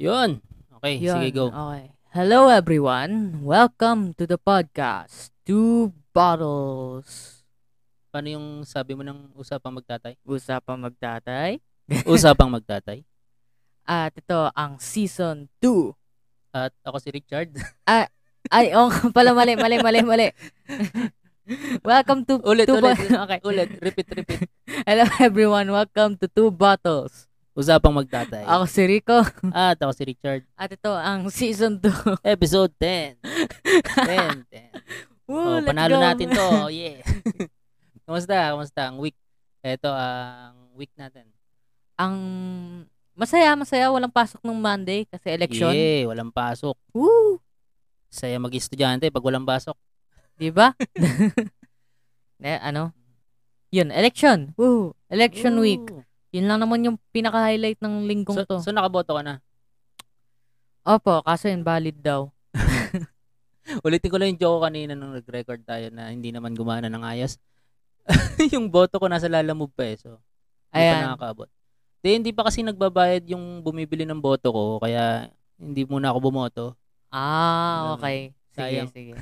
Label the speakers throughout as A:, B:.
A: Yun. Okay, Eh, sige
B: Yun,
A: go.
B: Okay. Hello everyone. Welcome to the podcast. Two bottles.
A: Paano yung sabi mo ng usapang magtatay?
B: Usapang magtatay.
A: Usapang magtatay.
B: At ito ang season 2.
A: At ako si Richard.
B: Ay, oh, pala mali, mali, mali, mali. Welcome to
A: ulit,
B: two
A: ulit.
B: bo- okay.
A: ulit. Repeat, repeat.
B: Hello everyone. Welcome to Two Bottles.
A: Usapang magtatay.
B: Ako si Rico.
A: At ako si Richard.
B: At ito ang season 2.
A: Episode 10. 10, 10. Oh,
B: Woo, let's
A: panalo
B: go.
A: natin to. Oh, Yeah. Kamusta? Kamusta ang week? Ito ang week natin.
B: Ang masaya, masaya. Walang pasok nung Monday kasi election.
A: Yeah, walang pasok.
B: Woo!
A: Saya mag-estudyante pag walang pasok.
B: Di ba? eh, ano? Yun, election. Woo! Election week.
A: Ooh.
B: Yun lang naman yung pinaka-highlight ng linggong to.
A: So, so nakaboto ka na?
B: Opo, kaso invalid daw.
A: Ulitin ko lang yung joke ko kanina nung nag-record tayo na hindi naman gumana ng ayos. yung boto ko nasa lalamove pa eh. So, hindi pa
B: Ayan.
A: nakakabot. Di, hindi pa kasi nagbabayad yung bumibili ng boto ko. Kaya, hindi muna ako bumoto.
B: Ah,
A: Ano,
B: okay. Sige,
A: sayang.
B: sige.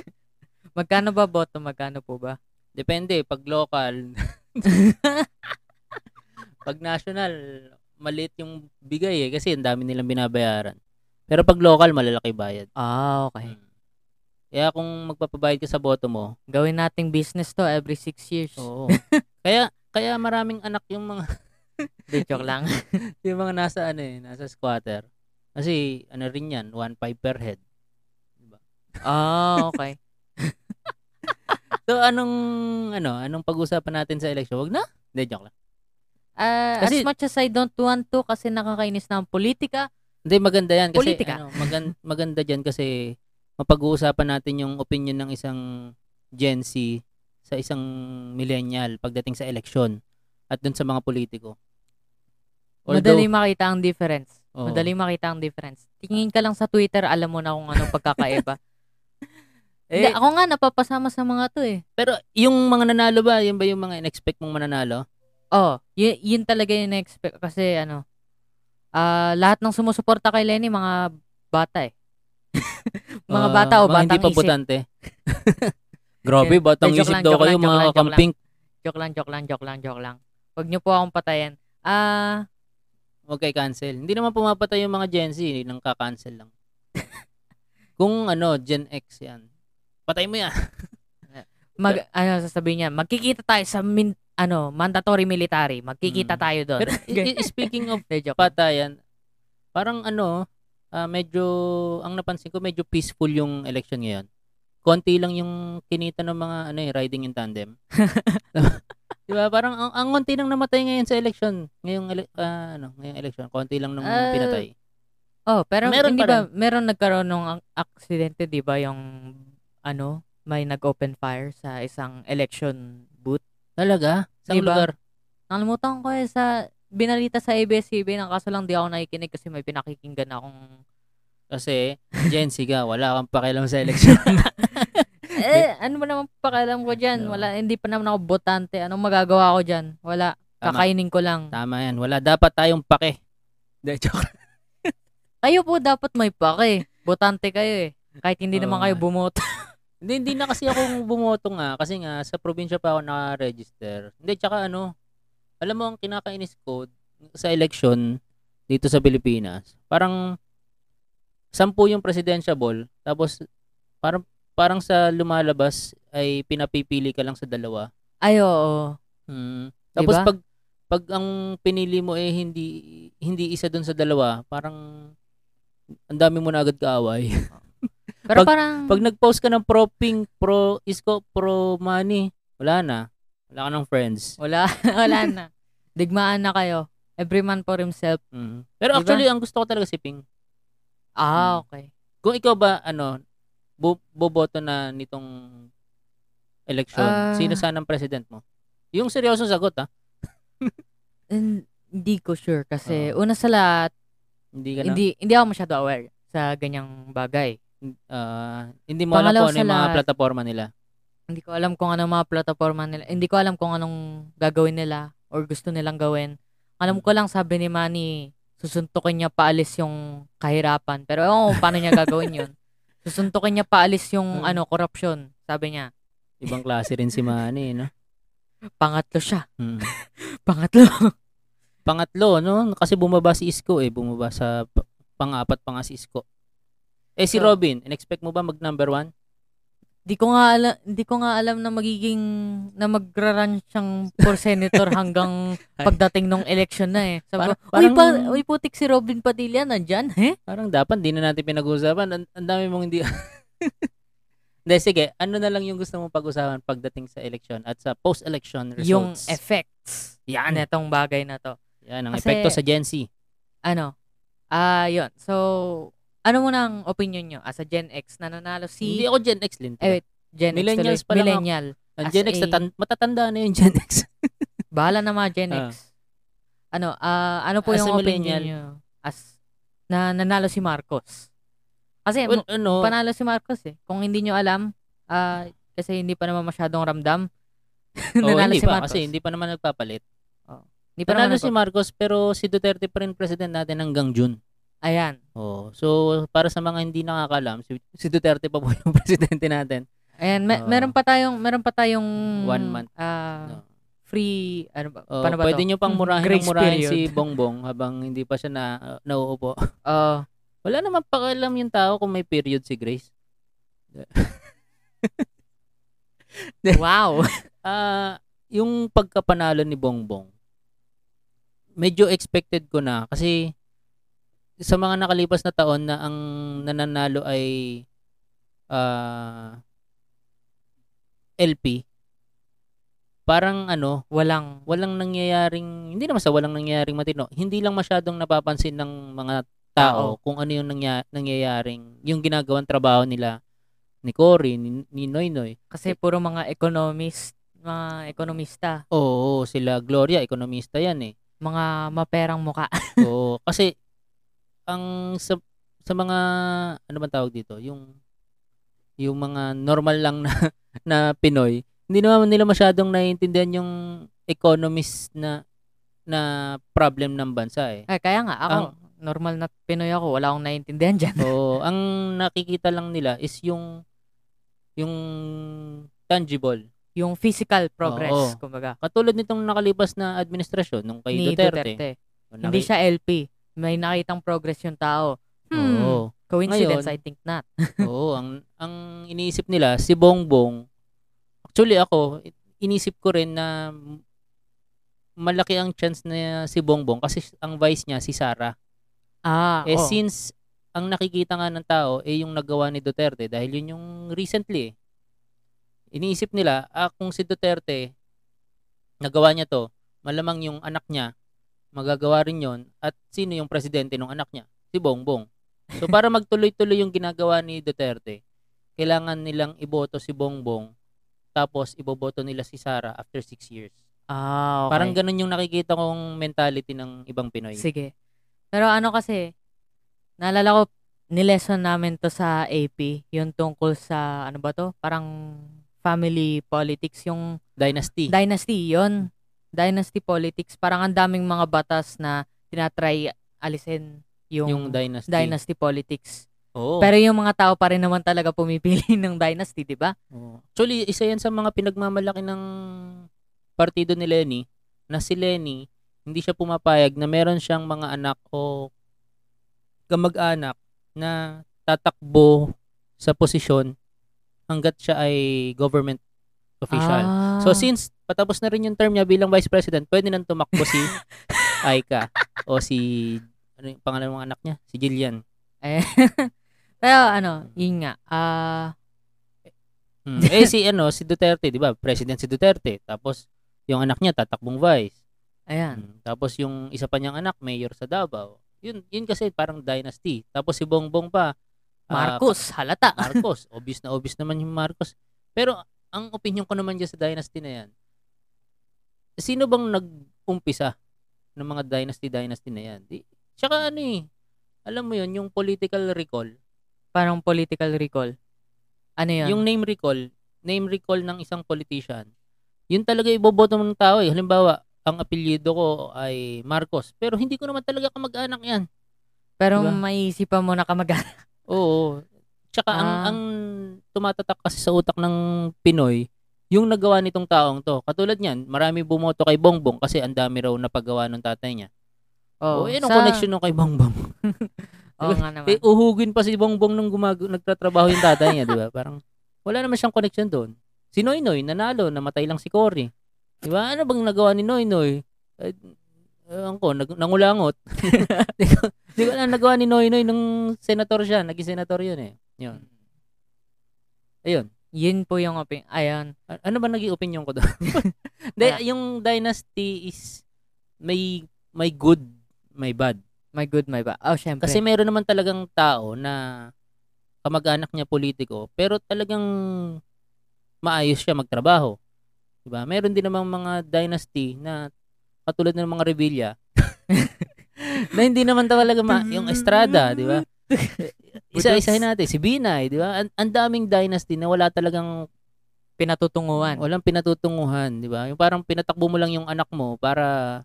B: Magkano ba boto? Magkano po ba?
A: Depende, pag local. pag national, maliit yung bigay eh. Kasi ang dami nilang binabayaran. Pero pag local, malalaki bayad.
B: Ah, okay.
A: Mm. Kaya kung magpapabayad ka sa boto mo,
B: Gawin nating business to every six years.
A: Oo. kaya kaya maraming anak yung mga
B: Di, joke lang.
A: yung mga nasa ano eh, nasa squatter. Kasi ano rin 'yan, 1.5 per head.
B: Ah, okay.
A: So anong ano, anong pag-usapan natin sa election? Wag na. Hindi joke lang.
B: Ah,
A: Kasi-
B: as much as I don't want to kasi nakakainis na ang politika,
A: Hindi maganda 'yan kasi
B: Politika.
A: ano, magan- maganda diyan kasi mapag-uusapan natin yung opinion ng isang Gen Z sa isang millennial pagdating sa election at dun sa mga politiko.
B: madali makita ang difference.
A: Oo.
B: Madali makita ang difference. Tingin ka lang sa Twitter, alam mo na kung anong pagkakaiba.
A: eh,
B: Hindi, ako nga, napapasama sa mga to eh.
A: pero yung mga nanalo ba, yun ba yung mga in-expect mong mananalo?
B: Oh, y- yun talaga yung na-expect. Kasi ano, ah lahat ng sumusuporta kay Lenny, mga bata eh. mga
A: Ah,
B: bata o
A: mga
B: batang
A: hindi pa
B: isip.
A: botante. Grabe, batang
B: Joke
A: isip
B: lang,
A: daw
B: joke
A: kayo
B: lang, joke lang,
A: mga
B: joke lang.
A: kamping.
B: Joke lang, joke lang, joke lang, joke lang. Huwag niyo po akong patayan. Ah,
A: Huwag kayo cancel. Hindi naman pumapatay yung mga Gen Z, nang kakancel lang. Kung ano, Gen X yan. Patay mo yan.
B: mag, ano sasabihin niya, magkikita tayo sa min, ano, mandatory military. Magkikita
A: Mm.
B: tayo doon.
A: Pero i- i- speaking of
B: Hindi, joke lang.
A: patayan, parang ano, ah, medyo, ang napansin ko, medyo peaceful yung election ngayon. Konti lang yung kinita ng mga ano eh, riding in tandem. Di ba? Parang ang, ang konti lang namatay ngayon sa election. Ngayong, ele- ah, ano, ngayong election. Konti lang nung
B: Ah,
A: pinatay.
B: Oh, pero
A: Meron
B: hindi
A: pa
B: ba meron nagkaroon ng ang- aksidente, 'di ba, yung ano, may nag-open fire sa isang election booth.
A: Talaga? Sa
B: Diba?
A: lugar?
B: Nakalimutan ko eh sa binalita sa ABS-CBN, ang kaso lang di ako nakikinig kasi may pinakikinggan akong
A: Kasi, Gen Z ka, wala kang pakialam sa election.
B: eh ano ba naman pakialam ko diyan?
A: No.
B: Wala hindi pa naman ako botante. Anong magagawa ko diyan? Wala.
A: Tama,
B: Kakainin ko lang.
A: tama yan. Wala, dapat tayong pake. De, joke.
B: Kayo po dapat may pake. Botante kayo eh. Kahit hindi
A: Oo
B: naman kayo
A: nga.
B: bumoto.
A: Hindi, hindi na kasi ako bumoto nga. Kasi nga, sa probinsya pa ako naka-register. Hindi, tsaka ano, alam mo, ang kinakainis ko sa election dito sa Pilipinas, parang sampu yung presidential tapos parang parang sa lumalabas ay pinapipili ka lang sa dalawa.
B: Ay oo.
A: Mm.
B: Di
A: Tapos
B: ba?
A: pag pag ang pinili mo eh hindi hindi isa doon sa dalawa, parang ang dami mo na agad kaaway.
B: Pero
A: Pag-
B: parang
A: pag nag-post ka ng pro pink, pro isko, pro money, wala na. Wala ka ng friends.
B: Wala, wala na. Digmaan na kayo. Every man for himself.
A: Mm. Pero
B: Di ba?
A: actually ang gusto ko talaga si Pink. Mm.
B: Ah, okay.
A: Kung ikaw ba ano bu- boboto na nitong election,
B: Ah.
A: sino sana ang president mo? Yung seryosong sagot ah.
B: And, hindi ko sure kasi una sa lahat,
A: Hindi ka na, hindi,
B: hindi, hindi ako masyado aware sa ganyang bagay.
A: hindi mo alam
B: Pangalawa
A: kung ano
B: sa
A: yung mga
B: lahat.
A: plataforma nila.
B: Hindi ko alam kung anong mga plataforma nila. Hindi ko alam kung anong gagawin nila or gusto nilang gawin. Alam ko lang sabi ni Manny, susuntukin niya paalis yung kahirapan. Pero ewan ko kung paano niya gagawin yun. Susuntukin niya paalis yung
A: Mm.
B: ano, korupsyon. Sabi niya,
A: Ibang klase rin si Manny, no?
B: pangatlo siya.
A: Mm.
B: Pangatlo.
A: Pangatlo, no? Kasi bumaba si Isko eh. Bumaba sa p- pang-apat pa nga si Isko. Eh si
B: So-
A: Robin, in-expect mo ba mag number one?
B: Di ko nga alam, di ko nga alam na magiging na magra-run siyang for senator hanggang pagdating nung election na eh. Sabi ko, uy,
A: Parang-
B: pa, uy, putik si Robin Padilla nandyan, eh?
A: Parang dapat di na natin pinag-uusapan. Ang ang dami mong hindi... Hindi, sige. Ano na lang yung gusto mong pag-usapan pagdating sa election at sa post-election results? Hmm.
B: Yung effects
A: Yan.
B: netong bagay na to.
A: Yan, ang
B: Kasi-
A: epekto sa Gen Z.
B: Ano? Ah, yun. So, ano mo ang opinion nyo as a Gen X? Nananalo
A: Hindi
B: si
A: ako Gen X, Lin.
B: Eh, wait. Gen
A: Millennials
B: X
A: pa lang ako.
B: tuloy. Millennial.
A: Ang
B: as
A: Gen X,
B: a-
A: natan- matatanda na yung Gen X.
B: Bahala na mga Gen
A: Ah.
B: X. Ano, ah, ano po
A: As a
B: yung opinion
A: millennial.
B: nyo? As, na nanalo si Marcos. Kasi,
A: Well, ano,
B: panalo si Marcos eh. Kung hindi nyo alam, ah, kasi hindi pa naman masyadong ramdam.
A: oo,
B: nanalo
A: hindi
B: si
A: pa,
B: Marcos.
A: Kasi hindi pa naman nagpapalit.
B: Hindi pa
A: Panalo
B: naman
A: si
B: nagpa-
A: Marcos pero si Duterte pa rin president natin hanggang June.
B: Ayan.
A: Oh, so para sa mga hindi nakakalam, si, si Duterte pa po yung presidente natin.
B: Ayan, me-
A: Oo.
B: meron pa tayong meron pa tayong
A: One month. No.
B: ah, free ano ba?
A: Oh,
B: paano ba
A: pwede
B: to?
A: nyo pang
B: Mm,
A: murahin ng
B: grace
A: murahin
B: period.
A: si Bongbong habang hindi pa siya na, uh, nauupo.
B: Oo.
A: Wala naman pakialam yung tao kung may period si Grace.
B: wow.
A: Ah, yung pagkapanalo ni Bongbong, medyo expected ko na kasi sa mga nakalipas na taon na ang nananalo ay ah, LP, parang ano,
B: Walang
A: walang nangyayaring, hindi naman sa walang nangyayaring matino, hindi lang masyadong napapansin ng mga tao kung ano yung nangya, nangyayaring, yung ginagawang trabaho nila ni Cory, ni, ni Noynoy.
B: kasi puro mga economist, mga ekonomista,
A: Oo, sila Gloria, ekonomista yan eh.
B: mga maperang muka.
A: Oo, kasi ang sa, sa mga ano bang tawag dito, yung yung mga normal lang na na Pinoy, hindi naman nila masyadong naiintindihan yung economist na na problem ng bansa eh.
B: Ay, kaya nga ako normal na Pinoy ako, wala akong naiintindihan diyan.
A: Oo, ang nakikita lang nila is yung yung tangible.
B: Yung physical progress,
A: Oo.
B: kumbaga.
A: Katulad nitong nakalipas na administrasyon nung kay
B: ni
A: Duterte.
B: Duterte.
A: O,
B: Hindi
A: naki-
B: siya LP. May nakitang progress yung tao. Hmm.
A: Oo.
B: Coincidence,
A: Ngayon-
B: I think not.
A: Oo, ang ang iniisip nila si Bongbong. Actually ako, i- inisip ko rin na m- malaki ang chance na si Bongbong kasi s- ang vice niya si Sara.
B: Ah,
A: eh
B: oo.
A: since ang nakikita nga ng tao eh yung nagawa ni Duterte dahil yun yung recently. eh. Iniisip nila, ah, kung si Duterte nagawa niya to, malamang yung anak niya magagawa rin yon at sino yung presidente ng anak niya? Si Bongbong. So para magtuloy-tuloy yung ginagawa ni Duterte, kailangan nilang iboto si Bongbong tapos iboboto nila si Sara after six years.
B: Ah, okay.
A: Parang ganun yung nakikita kong mentality ng ibang Pinoy.
B: Sige. Pero ano kasi, naalala ko, nilesson namin to sa AP, yung tungkol sa, ano ba to? Parang family politics, yung
A: Dynasty.
B: dynasty, yon Dynasty politics, parang ang daming mga batas na tinatry alisin yung,
A: yung dynasty. Oh.
B: dynasty politics.
A: Oo.
B: Pero yung mga tao pa rin naman talaga pumipili ng dynasty, di ba?
A: Oo. Actually, isa yan sa mga pinagmamalaki ng partido ni Lenny na si Lenny hindi siya pumapayag na meron siyang mga anak o kamag-anak na tatakbo sa posisyon hanggat siya ay government official.
B: Ah.
A: So since patapos na rin yung term niya bilang vice president, pwede nang tumakbo si Aika o si ano yung pangalan ng anak niya? Si Jillian.
B: Eh, Pero ano, yun nga. Ah,
A: Mm. eh si ano, si Duterte, 'di ba? President si Duterte. Tapos yung anak niya tatakbong vice.
B: ayan.
A: Mm. Tapos yung isa pa niyang anak, mayor sa Davao. Yun, yun kasi parang dynasty. Tapos si Bongbong pa, ah,
B: Marcos, halata.
A: Marcos. obvious na obvious naman yung Marcos. Pero ang opinion ko naman dyan sa dynasty na yan, sino bang nag-umpisa ng mga dynasty-dynasty na yan? Di, tsaka ano eh, alam mo yun, yung political recall,
B: parang political recall. Ano yun?
A: yung name recall, name recall ng isang politician, yun talaga iboboto ng tao eh. Halimbawa, ang apelyido ko ay Marcos. Pero hindi ko naman talaga kamag-anak yan.
B: Pero
A: Diba?
B: maiisipan mo na kamag-anak.
A: Oo. Tsaka ang,
B: Ah.
A: ang tumatatak kasi sa utak ng Pinoy, yung nagawa nitong taong to. Katulad niyan, marami bumoto kay Bongbong kasi ang dami raw na paggawa ng tatay niya. Oh, eh, anong
B: sa-
A: connection nung kay Bongbong?
B: Oo nga naman.
A: Eh, uhugin pa si Bongbong nung gumag- nagtatrabaho yung tatay niya, di ba? Parang wala naman siyang connection doon. Si Noynoy, nanalo, namatay lang si Cory. Di ba? Ano bang nagawa ni Noynoy? Eh, ewan ko, nag- nangulangot. di ko, di ko alam nagawa ni Noynoy nung senator siya. Naging senator yun eh. Yun. Ayun.
B: Yun po yung opinion. Ayun.
A: A- ano ba naging opinion ko doon?
B: Ah.
A: Di, yung dynasty is may may good, may bad.
B: My good, my bad. Oh, syempre.
A: Kasi meron naman talagang tao na kamag-anak niya politiko, pero talagang maayos siya magtrabaho. 'Di ba? Meron din namang mga dynasty na katulad ng mga Revilla na hindi naman talaga ma- yung Estrada, diba? 'di ba? Isa-isahin natin si Binay, 'di ba? Ang- Ang daming dynasty na wala talagang
B: pinatutunguhan.
A: walang pinatutunguhan, 'di ba? Yung parang pinatakbo mo lang yung anak mo para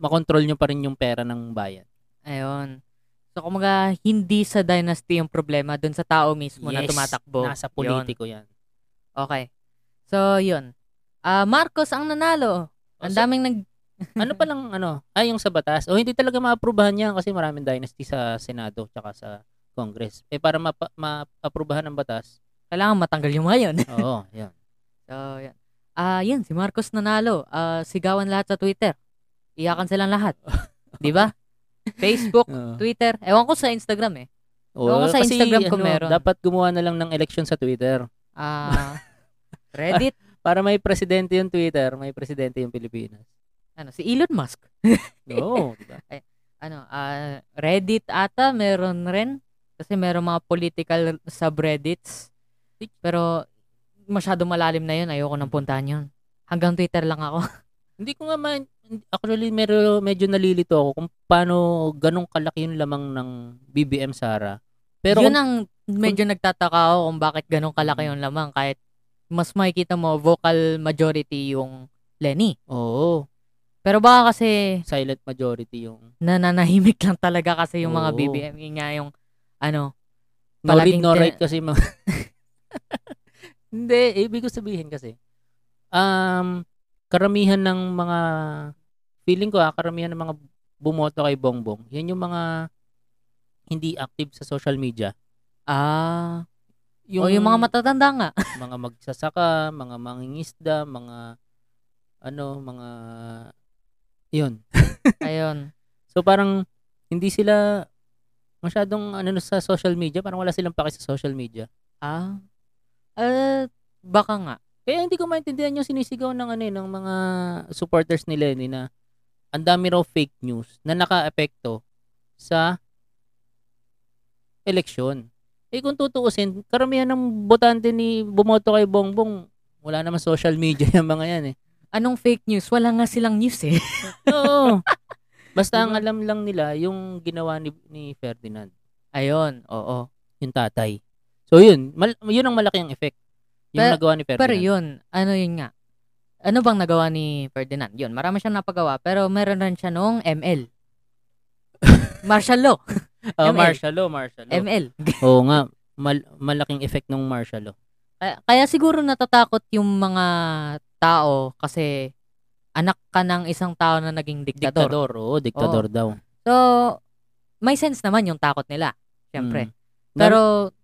A: makontrol niyo pa rin yung pera ng bayan.
B: Ayun. So, kumaga, hindi sa dynasty yung problema, dun sa tao mismo na
A: Yes,
B: tumatakbo.
A: Nasa politiko 'yan.
B: Yun. Okay. So, yun. Ah, Marcos ang nanalo.
A: Oh,
B: Ang
A: so-
B: daming nag...
A: ano pa lang ano, ay yung sa batas. O hindi talaga maaprubahan yan kasi maraming dynasty sa Senado tsaka sa Congress. Eh para mapa- maaprubahan ng batas.
B: Kailangan matanggal yung mga yun.
A: Oo, yan.
B: so, yun. Ah, yun. Si Marcos nanalo. Ah, sigawan lahat sa Twitter. Iyakan silang lahat. Di ba? Facebook, Twitter. Ewan ko sa Instagram eh. ewan ko sa Instagram kung meron.
A: ano, Dapat gumawa na lang ng election sa Twitter.
B: Ah, Reddit.
A: Para may presidente yung Twitter, may presidente yung Pilipinas.
B: ano, si Elon Musk.
A: Oo, di ba?
B: ano, ah, Reddit ata meron rin kasi meron mga political subreddits. Pero masyado malalim na 'yun, ayoko nang puntahan 'yun. Hanggang Twitter lang ako.
A: Hindi ko nga man, actually medyo, medyo nalilito ako kung paano ganong kalaki yung lamang ng BBM Sara. Pero
B: Yun ang medyo nagtataka ako kung bakit ganun kalaki yung lamang kahit mas makikita mo vocal majority yung Lenny.
A: oo,
B: Pero baka kasi
A: silent majority yung
B: nananahimik lang talaga kasi yung mga
A: Oo.
B: BBM. Yun E nga yung ano,
A: No read,
B: Palaging
A: no
B: tin-
A: write kasi mga... Hindi, ibig ko sabihin kasi, um, karamihan ng mga, feeling ko ah, karamihan ng mga bumoto kay Bongbong, yan yung mga hindi active sa social media.
B: ah, yung, yung mga matatanda nga.
A: mga magsasaka, mga mangingisda, mga, ano, mga, yun.
B: Ayun.
A: So parang, hindi sila masyadong ano sa social media, parang wala silang paki sa social media.
B: Ah. Eh, baka nga.
A: Kaya hindi ko maintindihan yung sinisigaw ng ano eh, ng mga supporters ni Lenny na ang dami raw fake news na nakaapekto sa eleksyon. Eh kung tutuusin, karamihan ng botante ni bumoto kay Bongbong, wala naman social media yung mga yan eh.
B: Anong fake news? Wala nga silang news eh.
A: Oo. Basta ang
B: Diba?
A: alam lang nila yung ginawa ni, ni Ferdinand,
B: Ayun, oo.
A: yung tatay. So yun, mal- yun ang malaki ang effect. Yung
B: Pero-
A: nagawa ni Ferdinand.
B: Pero yun, ano yun nga. Ano bang nagawa ni Ferdinand? Yun, marami siyang napagawa. Pero meron rin siya noong ML. Martial law.
A: Ah,
B: ML.
A: martial law, martial law.
B: ML.
A: Oo nga, mal- malaking effect ng martial law.
B: Kaya, kaya siguro natatakot yung mga tao kasi anak ka ng isang tao na naging diktador.
A: Diktador, oo, diktador daw.
B: So, may sense naman yung takot nila.
A: Mm.
B: Siyempre.
A: Nar-
B: Pero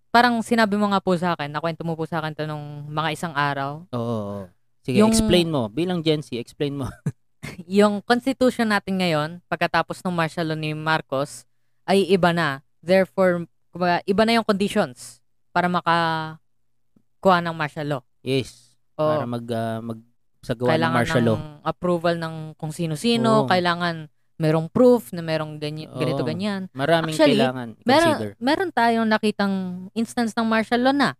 B: parang sinabi mo nga po sa akin, nakwento mo po sa akin to nung mga isang araw,
A: oo, oo, oo. Sige,
B: Yung-
A: explain mo. Bilang Gen Z, explain mo.
B: yung constitution natin ngayon, pagkatapos ng martial law ni Marcos, ay iba na. Therefore, kumbaga, iba na yung conditions para maka kuha ng martial law.
A: Yes.
B: Oo.
A: Para mag, ah, magsagawa ng
B: kailangan
A: martial
B: ng
A: law.
B: approval ng kung sino-sino,
A: Oo.
B: kailangan merong proof na merong ganyan,
A: Oo.
B: ganito ganyan.
A: Maraming
B: Actually,
A: kailangan consider.
B: Meron meron tayong nakitang instance ng martial law na.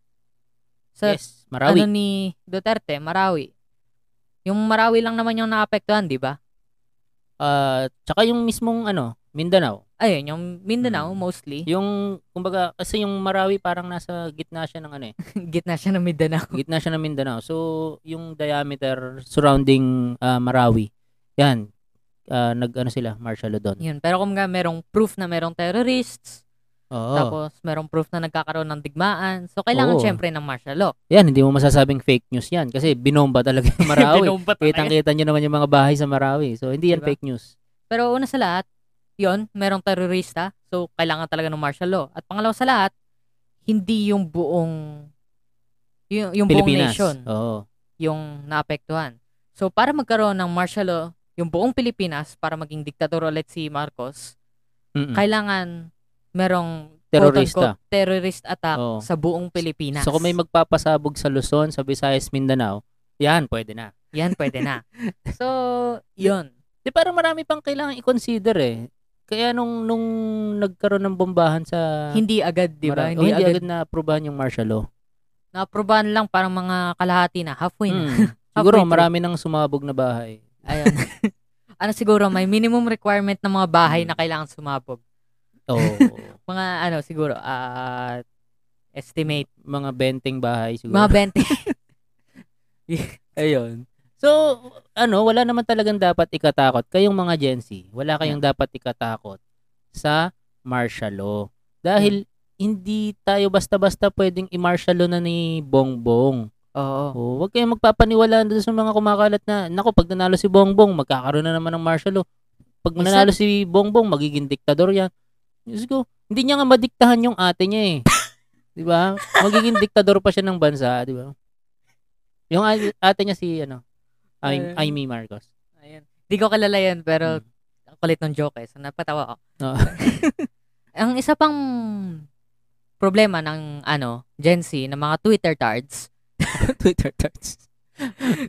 B: Sa
A: yes, Marawi.
B: ano ni Duterte, Marawi. Yung Marawi lang naman yung naapektuhan, di ba?
A: Ah, tsaka yung mismong ano, Mindanao.
B: ayun, yung Mindanao
A: Mm.
B: mostly.
A: Yung, kumbaga, kasi yung Marawi parang nasa gitna siya ng ano eh.
B: Gitna siya ng Mindanao.
A: Gitna siya ng Mindanao. So, yung diameter surrounding ah, Marawi, yan, ah, nag ano sila, martial law doon.
B: Yun. Pero kung nga merong proof na merong terrorists,
A: Oo.
B: tapos merong proof na nagkakaroon ng digmaan. So,
A: Ah.
B: kailangan
A: Oo.
B: syempre ng martial law.
A: Yan, hindi mo masasabing fake news yan kasi binomba talaga yung Marawi.
B: Binomba talaga.
A: Kitang-kita nyo naman yung mga bahay sa Marawi. So, hindi yan
B: Diba?
A: fake news.
B: Pero una sa lahat, yon merong terorista. So, kailangan talaga ng martial law. At pangalawa sa lahat, hindi yung buong yung, yung buong
A: Pilipinas. Oh.
B: nation
A: Oo.
B: yung naapektuhan. So, para magkaroon ng martial law, yung buong Pilipinas, para maging diktator ulit si Marcos,
A: Mm-mm.
B: kailangan merong
A: Mm. Terorista.
B: quote-unquote, terrorist attack
A: Oo.
B: sa buong Pilipinas.
A: So, kung may magpapasabog sa Luzon, sa Visayas, Mindanao, yan, pwede na.
B: Yan, pwede na. so, yun.
A: Di parang marami pang kailangan i-consider eh. Kaya nung, nung nagkaroon ng bombahan sa...
B: Hindi agad, di ba?
A: Mara-
B: Hindi,
A: Ah, oh,
B: agad.
A: na-aprobahan yung martial law.
B: Naaprobahan lang parang mga kalahati na, halfway na.
A: Mm. Siguro
B: Halfway through.
A: marami nang sumabog na bahay.
B: Ayun. ano siguro, may minimum requirement ng mga bahay
A: Mm.
B: na kailangan sumabog.
A: Oo.
B: Mga ano siguro, ah estimate.
A: mga benting bahay siguro.
B: Mga 20.
A: Ayun. So, ano, wala naman talagang dapat ikatakot. Kayong mga Gen Z, wala kayong dapat ikatakot sa martial law. Dahil hindi tayo basta-basta pwedeng i-martial law na ni Bongbong.
B: Oo.
A: Oh, huwag kayong magpapaniwala doon sa mga kumakalat na, nako, pag nanalo si Bongbong, magkakaroon na naman ng martial law. Pag
B: Isa-
A: nanalo si Bongbong, magiging diktador yan. Diyos ko, hindi niya nga madiktahan yung ate niya eh. di ba? Magiging diktador pa siya ng bansa, di ba? Yung a- ate niya si, ano, Ay-
B: Ay.
A: Amy Marcos.
B: Ayun. Di ko kilala yan, pero
A: Mm.
B: ang kulit ng joke eh. So, napatawa ako.
A: Oo.
B: ang isa pang problema ng ano, Gen Z, ng mga Twitter tards.
A: Twitter tards.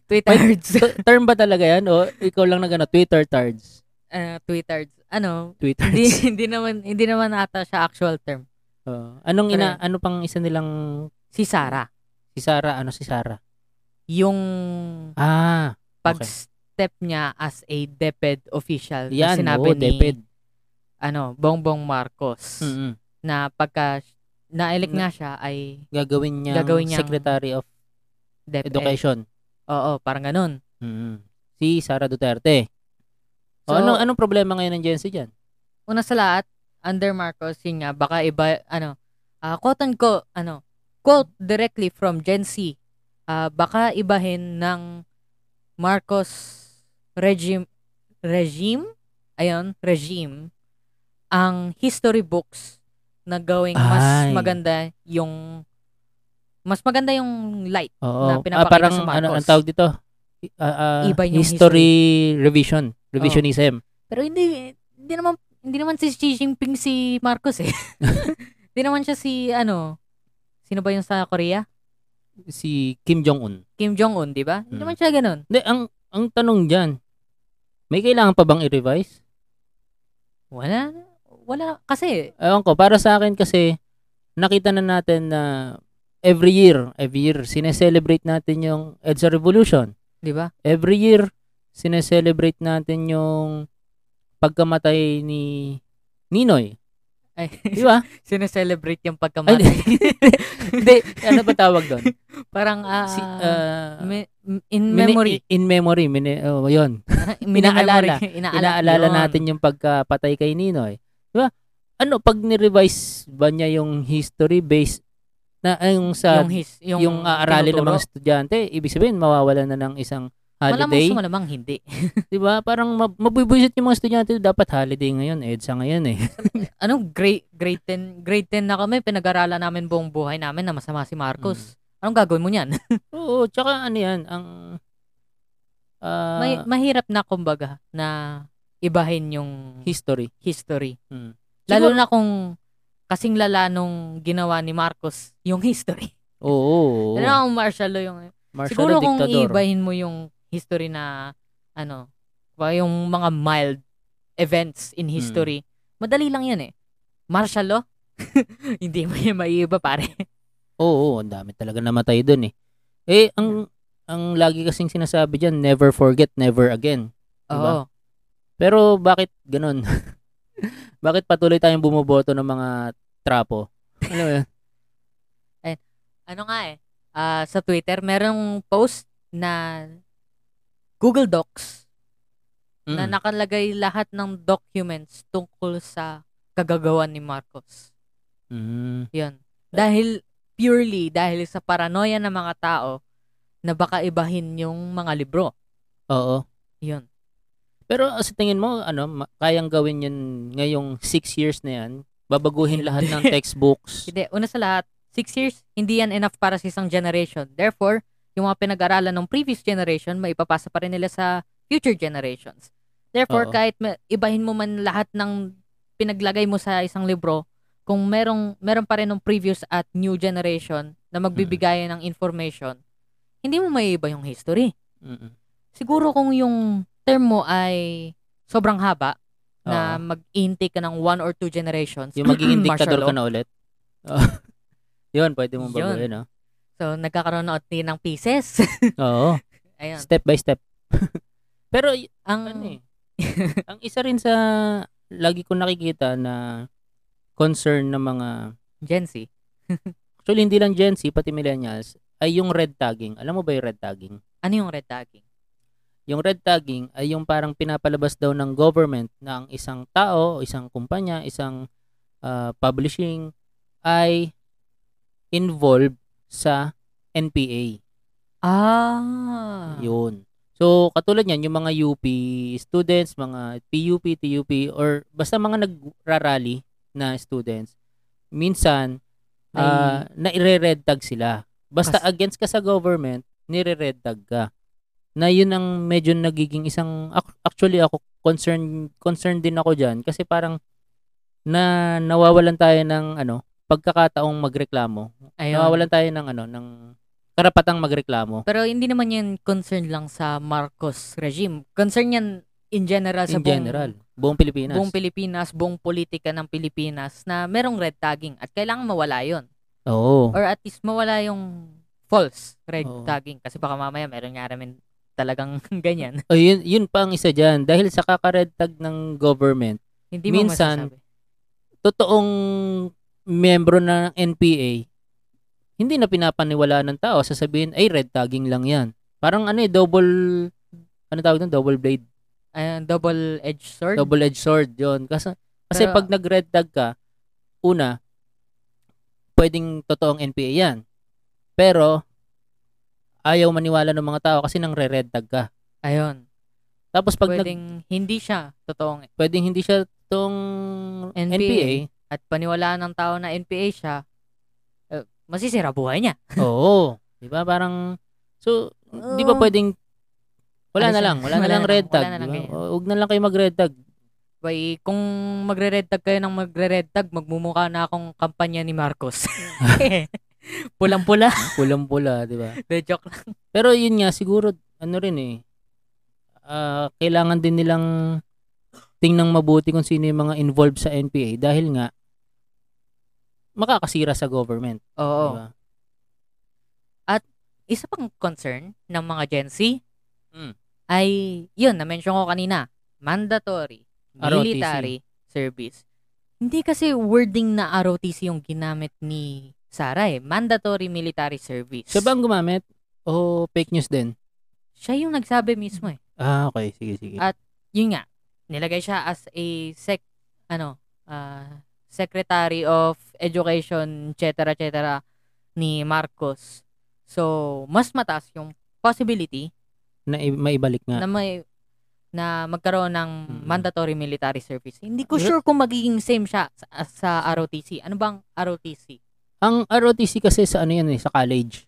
B: Twitter tards.
A: Hmm. T- term ba talaga yan? O ikaw lang nag ano, Twitter tards?
B: Ah, Twitter tards. Ano,
A: Twitter
B: hindi, hindi naman hindi naman ata siya actual term.
A: Oo. anong ina, ano pang isa nilang,
B: Si Sarah,
A: si Sarah, ano si Sarah?
B: yung
A: Ah,
B: pag-step niya as a DepEd official na
A: yan,
B: sinabi
A: oo,
B: ni
A: deped. Mm.
B: ano, Bongbong Marcos
A: Mm-mm.
B: na pagka na-elect
A: Na-
B: nga siya ay
A: Gagawin niya
B: Gagawin niyang-
A: Secretary of
B: DepEd.
A: Education.
B: Oo, parang ganun.
A: Mm. Si Sara Duterte. O,
B: So,
A: ano anong problema ngayon ng Gen Z diyan?
B: una sa lahat, under Marcos, yun nga, baka iba, ano, ah, quote unquote, ano, quote directly from Gen Z, ah, baka ibahin ng Marcos regime, regime? Ayun, regime, ang history books na gawing
A: Ay.
B: mas maganda yung, mas maganda yung light.
A: Oo.
B: Na pinapakita
A: parang
B: sa Marcos.
A: ano ang tawag dito? I- ah, ah,
B: Iba yung
A: history, revision, revisionism.
B: Pero hindi, hindi naman, hindi naman si Xi Jinping si Marcos eh. Hindi naman siya si, ano, sino ba yung sa Korea? Oh.
A: Si Kim Jong Un.
B: Kim Jong-un, di ba? Hindi
A: Mm.
B: naman siya ganun.
A: Hindi ang ang tanong diyan. May kailangan pa bang i-revise?
B: Wala. Wala. Kasi,
A: Ewan ko, para sa akin kasi nakita na natin na every year, every year sineselebrate natin yung EDSA Revolution.
B: di ba?
A: every year sineselebrate natin yung pagkamatay ni Ninoy.
B: Ay,
A: Di ba?
B: sineselebrate yung
A: Ay,
B: pagkamatay.
A: Hindi, ano ba tawag doon?
B: Parang, ah,
A: Si- ah,
B: me- in
A: mini-
B: memory.
A: In memory. Mini, oh, yun.
B: Parang in memory.
A: inaalala.
B: Inaala-
A: Inaalala
B: yun.
A: natin yung pagkapatay kay Ninoy. Di ba? Ano, pag nirevise ba niya yung history based na ay, yung sa
B: yung,
A: yung,
B: his, yung,
A: aaralin ng
B: tinuturo.
A: mga estudyante, ibig sabihin mawawalan na ng isang
B: Malamang
A: holiday.
B: sa malamang hindi.
A: 'Di ba? Parang mab- mabubuisit yung mga estudyante dapat holiday ngayon, EDSA ngayon eh.
B: Anong grade, grade 10? Grade 10 na kami, pinag-aralan namin buong buhay namin na masama si Marcos.
A: Hmm.
B: Anong gagawin mo niyan?
A: Oo, tsaka ano yan, ang... ah,
B: May, mahirap na kumbaga na ibahin yung
A: history.
B: history.
A: Mm.
B: Lalo
A: Siguro-
B: na kung kasing lala nung ginawa ni Marcos yung history.
A: Oo, oo, oo.
B: Ano ang martial law yung...
A: Martial
B: siguro
A: law
B: kung
A: dictador.
B: ibahin mo yung history na ano, ba, yung mga mild events in history,
A: Hmm.
B: madali lang yan eh. Martial law? Hindi mo yan maiiba pare.
A: Oo, oo, ang dami talaga namatay dun eh. Eh, ang, ang lagi kasing sinasabi dyan, never forget, never again. Diba?
B: Oo.
A: Pero bakit ganun? Bakit patuloy tayong bumoboto ng mga trapo? Alam mo yun?
B: ano nga eh, ah, sa Twitter, merong post na Google Docs na
A: Mm.
B: nakalagay lahat ng documents tungkol sa kagagawan ni Marcos.
A: Mm.
B: Yun. Dahil purely, dahil sa paranoia ng mga tao na baka ibahin yung mga libro.
A: Oo.
B: Yun.
A: Pero uh, sa tingin mo, ano, ma- kayang gawin yun ngayong six years na yan? Babaguhin lahat ng
B: Hindi.
A: textbooks?
B: Hindi, una sa lahat, six years, hindi yan enough para sa isang generation. Therefore, yung mga pinag-aralan ng previous generation, maipapasa pa rin nila sa future generations. Therefore,
A: Oo.
B: kahit ma- ibahin mo man lahat ng pinaglagay mo sa isang libro, kung merong meron pa rin ng previous at new generation na magbibigay ng information, hindi mo maiiba yung history.
A: Mm-mm.
B: Siguro kung yung term mo ay sobrang haba, na
A: Oo.
B: mag-intake ka ng one or two generations,
A: Yung magiging dictator ka
B: martial law.
A: na ulit? Oo. yun, pwede mong
B: Yun.
A: baguhin, ah. no?
B: So, nagkakaroon na ulit ng pieces.
A: Oo.
B: Ayun.
A: Step by step. Pero, y-
B: Ang,
A: ano eh, ang isa rin sa lagi ko nakikita na concern ng mga,
B: Gen Z.
A: actually hindi lang Gen Z, pati millennials, ay yung red tagging. Alam mo ba yung red tagging?
B: Ano yung red tagging?
A: Yung red tagging ay yung parang pinapalabas daw ng government na ang isang tao, isang kumpanya, isang ah, publishing ay involved sa NPA.
B: Ah.
A: Yun. So, katulad niyan, yung mga UP students, mga PUP, TUP, or basta mga nagrarally na students, minsan,
B: Ay.
A: ah, naire-red tag sila. Basta
B: Kas-
A: against ka sa government, nire-red tag ka. Na yun ang medyo nagiging isang, ac- actually ako, concern, concerned din ako dyan kasi parang na nawawalan tayo ng ano, pagkakataong magreklamo.
B: Ayun.
A: Nawawalan tayo ng ano, ng karapatang magreklamo.
B: Pero hindi naman yan concern lang sa Marcos regime. Concern yan in general sa
A: in
B: buong,
A: general, buong Pilipinas.
B: buong Pilipinas, buong politika ng Pilipinas na merong red tagging at kailangan mawala yon
A: Oo.
B: Or at least mawala yung false red
A: Oo.
B: tagging kasi baka mamaya meron nga rin talagang ganyan.
A: Oh, yun, yun pa ang isa dyan. Dahil sa kaka-red tag ng government,
B: Hindi mo
A: Minsan,
B: masasabi.
A: totoong membro ng NPA, hindi na pinapaniwala ng tao. Sasabihin, ay, red tagging lang yan. Parang ano eh, double, ano tawag doon? Double blade.
B: Ayun, double-edged sword.
A: Double-edged sword, yun. Kasi, kasi
B: Pero-
A: pag nag-red tag ka, una, pwedeng totoong NPA yan. Pero, ayaw maniwala ng mga tao kasi nang re-red tag ka.
B: Ayun.
A: Tapos pag nag-
B: Pwedeng hindi siya totoong
A: pwedeng hindi siya tong
B: NPA.
A: NPA.
B: at paniwalaan ng tao na NPA siya, eh, masisira buhay niya.
A: Oo. Di ba? Parang, so, di ba
B: Oo.
A: pwedeng, wala
B: Ano
A: na
B: siya?
A: lang, wala na
B: Wala
A: lang
B: na
A: red
B: lang, wala
A: tag.
B: na lang eh.
A: di ba?
B: ganyan.
A: O, Huwag na lang kayo mag-red tag.
B: Bay, kung magre-red tag kayo ng magre-red tag, magmumukha na akong kampanya ni Marcos. Pulang-pula.
A: Pulang-pula, di ba?
B: De, joke lang.
A: Pero yun nga, siguro, ano rin eh, ah, kailangan din nilang tingnan mabuti kung sino yung mga involved sa NPA dahil nga, makakasira sa government. Di
B: Oo.
A: ba?
B: Isa pang concern ng mga Gen Z
A: Mm.
B: ay, yun, na-mention ko kanina, mandatory,
A: ROTC.
B: military service. Hindi kasi wording na ROTC yung ginamit ni Sara eh. Mandatory military service.
A: Siya ba ang gumamit? O fake news din?
B: Siya yung nagsabi mismo eh.
A: Ah, okay. Sige, sige.
B: At- yun nga, nilagay siya as a sec, ano, ah, Secretary of Education, etc., etc., ni Marcos. So, mas mataas yung possibility
A: na i- maibalik nga.
B: na may na magkaroon ng
A: Mm.
B: mandatory military service. Hindi ko
A: Yun.
B: sure kung magiging same siya sa, sa ROTC. Ano bang ROTC?
A: Ang ROTC kasi sa ano yan eh, sa college.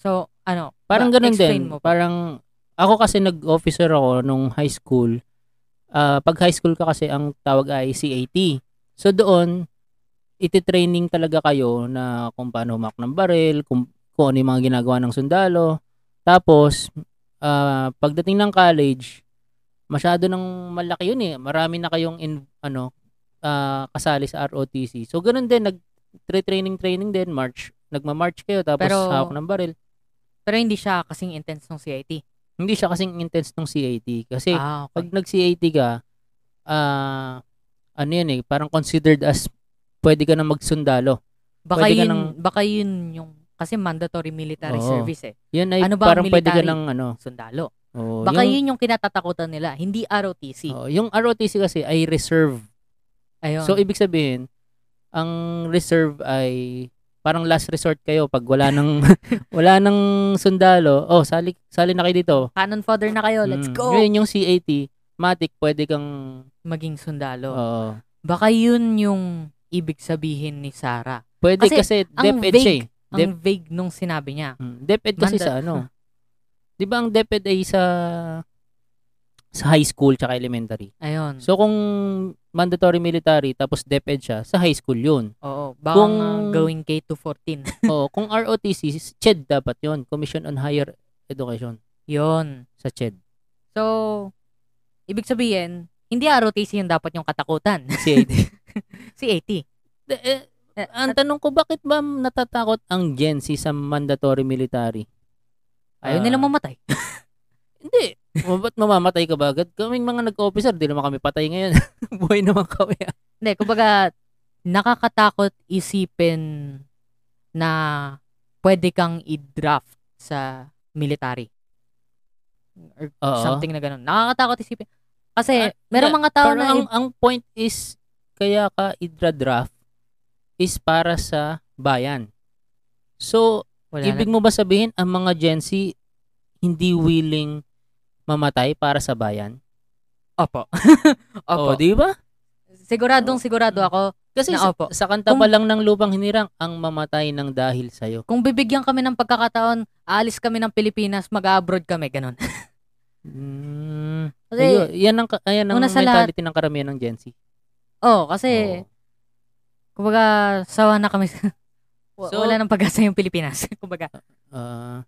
B: So, ano?
A: Parang
B: ba-
A: ganun din.
B: explain Mo pa.
A: Parang ako kasi nag-officer ako nung high school. Ah, pag high school ka kasi ang tawag ay CAT. So doon iti-training talaga kayo na kung paano humak ng baril, kung, kung ano yung mga ginagawa ng sundalo. Tapos, ah, pagdating ng college, masyado nang malaki yun eh. Marami na kayong in, ano, ah, kasali sa ROTC. So, ganun din. Nag-training-training din. March. Nagma-march kayo tapos
B: Pero-
A: hawak ng baril.
B: Pero hindi siya kasing intense ng CIT.
A: Hindi siya kasing intense ng CAT. Kasi
B: ah,
A: pag
B: okay.
A: nag-CAT ka, ah, ano yun eh, parang considered as pwede ka na magsundalo.
B: Baka
A: Pwede ka
B: yun,
A: ng-
B: baka yun yung, kasi mandatory military
A: Oo.
B: service eh.
A: Yan ay
B: Ano ba ang
A: parang pwede ka
B: military?
A: ng ano.
B: Sundalo.
A: oo,
B: Baka
A: yung,
B: yun eh. yung kinatatakutan nila, hindi ROTC.
A: oo, yung ROTC kasi ay reserve.
B: Ayun.
A: Oh. So ibig sabihin, ang reserve ay parang last resort kayo pag wala nang wala nang sundalo. Oh, sali sali na kayo dito.
B: cannon fodder na kayo, Oh, let's
A: Mm.
B: go!
A: Yun yung CAT, matic pwede kang
B: Maging sundalo.
A: oo.
B: Baka yun yung ibig sabihin ni Sarah.
A: pwede kasi,
B: Kasi ang
A: DepEd siya. eh.
B: Ang vague nung sinabi niya.
A: Mm, DepEd kasi
B: Manda-
A: sa ano? 'Di ba ang DepEd ay sa sa high school tsaka elementary.
B: Ayun.
A: So kung mandatory military tapos DepEd siya, sa high school 'yun.
B: Oo. Baka
A: Kung-
B: nga going K to 14.
A: Oo, kung ROTC, CHED dapat 'yun, Commission on Higher Education
B: Yun.
A: sa CHED.
B: So, ibig sabihin, hindi ROTC yung dapat yung katakutan.
A: CAT.
B: si AT.
A: De- eh,
B: Eh,
A: ang tanong ko, bakit ba natatakot ang Gen Z sa mandatory military? Ah,
B: Ayaw nilang mamatay.
A: Hindi. O, ba't mamamatay ka ba agad? Kaming mga nag-officer, di naman kami patay ngayon. Buhay naman kami. ah.
B: Hindi, kumbaga, nakakatakot isipin na pwede kang i-draft sa military. Or
A: Oo.
B: something na ganun. Nakakatakot isipin. Kasi,
A: Ah,
B: merong mga tao
A: Pero
B: na...
A: ang, ang point is, kaya ka idra-draft is para sa bayan. So,
B: wala
A: ibig mo ba sabihin, ang mga Gen Z hindi willing mamatay para sa bayan?
B: na. Opo.
A: O,
B: Opo.
A: di ba?
B: Siguradong sigurado ako,
A: Kasi sa,
B: Na opo.
A: sa kanta
B: Kung-
A: pa lang ng lupang hinirang, ang mamatay ng dahil sa'yo.
B: kung bibigyan kami ng pagkakataon, aalis kami ng Pilipinas, mag-abroad kami, ganun.
A: Mm.
B: Kasi,
A: Ayun, yan ang, ka- ayan ang
B: una sa lahat-
A: mentality ng karamihan ng Gen Z.
B: oh, kasi, kumbaga, sawa na kami. sa- Wa-
A: So-
B: wala nang pag-asa yung Pilipinas. kumbaga,
A: Ah,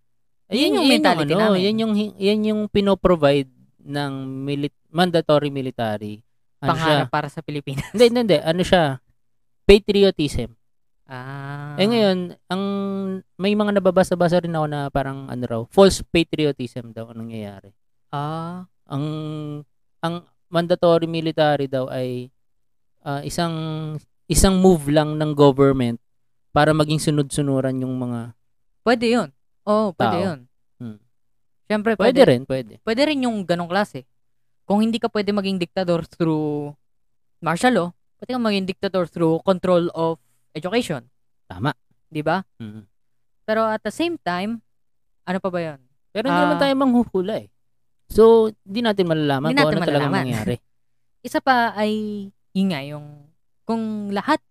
B: Yun
A: ayun
B: yung mentality
A: ano,
B: namin.
A: Yan yung, hi- yan yung pinoprovide ng mili- mandatory military. Ano
B: pangarap
A: siya?
B: para sa Pilipinas.
A: Hindi, hindi, hindi. Ano siya? Patriotism.
B: Ah.
A: Eh ngayon, ang may mga nababasa-basa rin ako na parang ano raw, false patriotism daw ang nangyayari.
B: Ah.
A: Ang ang mandatory military daw ay ah, isang isang move lang ng government para maging sunod-sunuran yung mga
B: Pwede yun. Oo, oh, pwede
A: Tao.
B: yun.
A: Hmm.
B: Siyempre,
A: pwede
B: pwede,
A: rin, pwede.
B: pwede rin yung ganong klase. Kung hindi ka pwede maging dictator through martial law, pwede kang maging dictator through control of education.
A: Tama.
B: Di ba?
A: Mm.
B: Pero at the same time, ano pa ba yun?
A: Pero hindi
B: Ah.
A: naman tayo manghuhula eh. So, di natin malalaman
B: Di
A: kung
B: natin
A: ano talagang
B: malalaman.
A: nangyari.
B: Isa pa ay, yun nga, yung, kung lahat,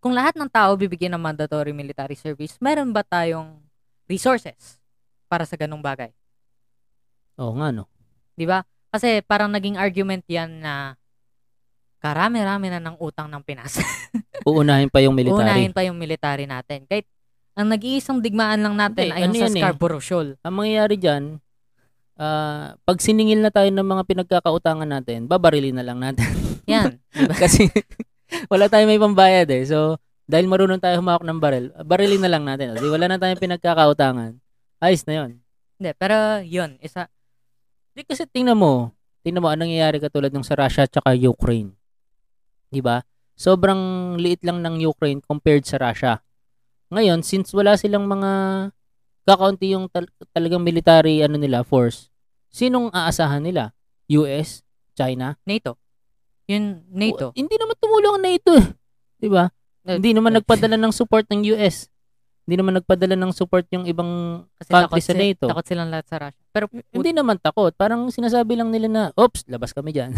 B: kung lahat ng tao bibigyan ng mandatory military service, meron ba tayong resources para sa ganong bagay?
A: Oo nga no.
B: Di ba? Kasi parang naging argument yan na karami-rami na ng utang ng Pinas.
A: Uunahin pa yung military.
B: Unahin pa yung military natin. Kahit ang nag-iisang digmaan lang natin
A: Hindi,
B: ay yung
A: ano
B: sa
A: yan eh.
B: Scarborough Shoal.
A: Ang mangyayari dyan, ah, pag siningil na tayo ng mga pinagkakautangan natin, babarilin na lang natin.
B: Yan.
A: Kasi wala tayong may pambayad eh. So, dahil marunong tayo humawak ng baril, barilin na lang natin. Kasi wala na tayong pinagkakautangan. Ayos na yun.
B: Hindi, pero yun, isa,
A: Di kasi tingnan mo, tingnan mo anong nangyayari katulad nung sa Russia at Ukraine. 'Di ba? Sobrang liit lang ng Ukraine compared sa Russia. Ngayon, since wala silang mga kakaunti yung tal- talagang military ano nila force, sinong aasahan nila? US, China?
B: NATO. Yun, NATO.
A: W- hindi naman tumulong na ito. 'Di ba?
B: Eh,
A: Hindi naman
B: eh,
A: nagpadala ng support ng US. Hindi naman nagpadala ng support yung ibang
B: Kasi
A: country
B: takot,
A: sa
B: si-
A: NATO.
B: takot silang lahat sa Russia. Pero
A: Hindi naman takot. Parang sinasabi lang nila na, oops, labas kami dyan.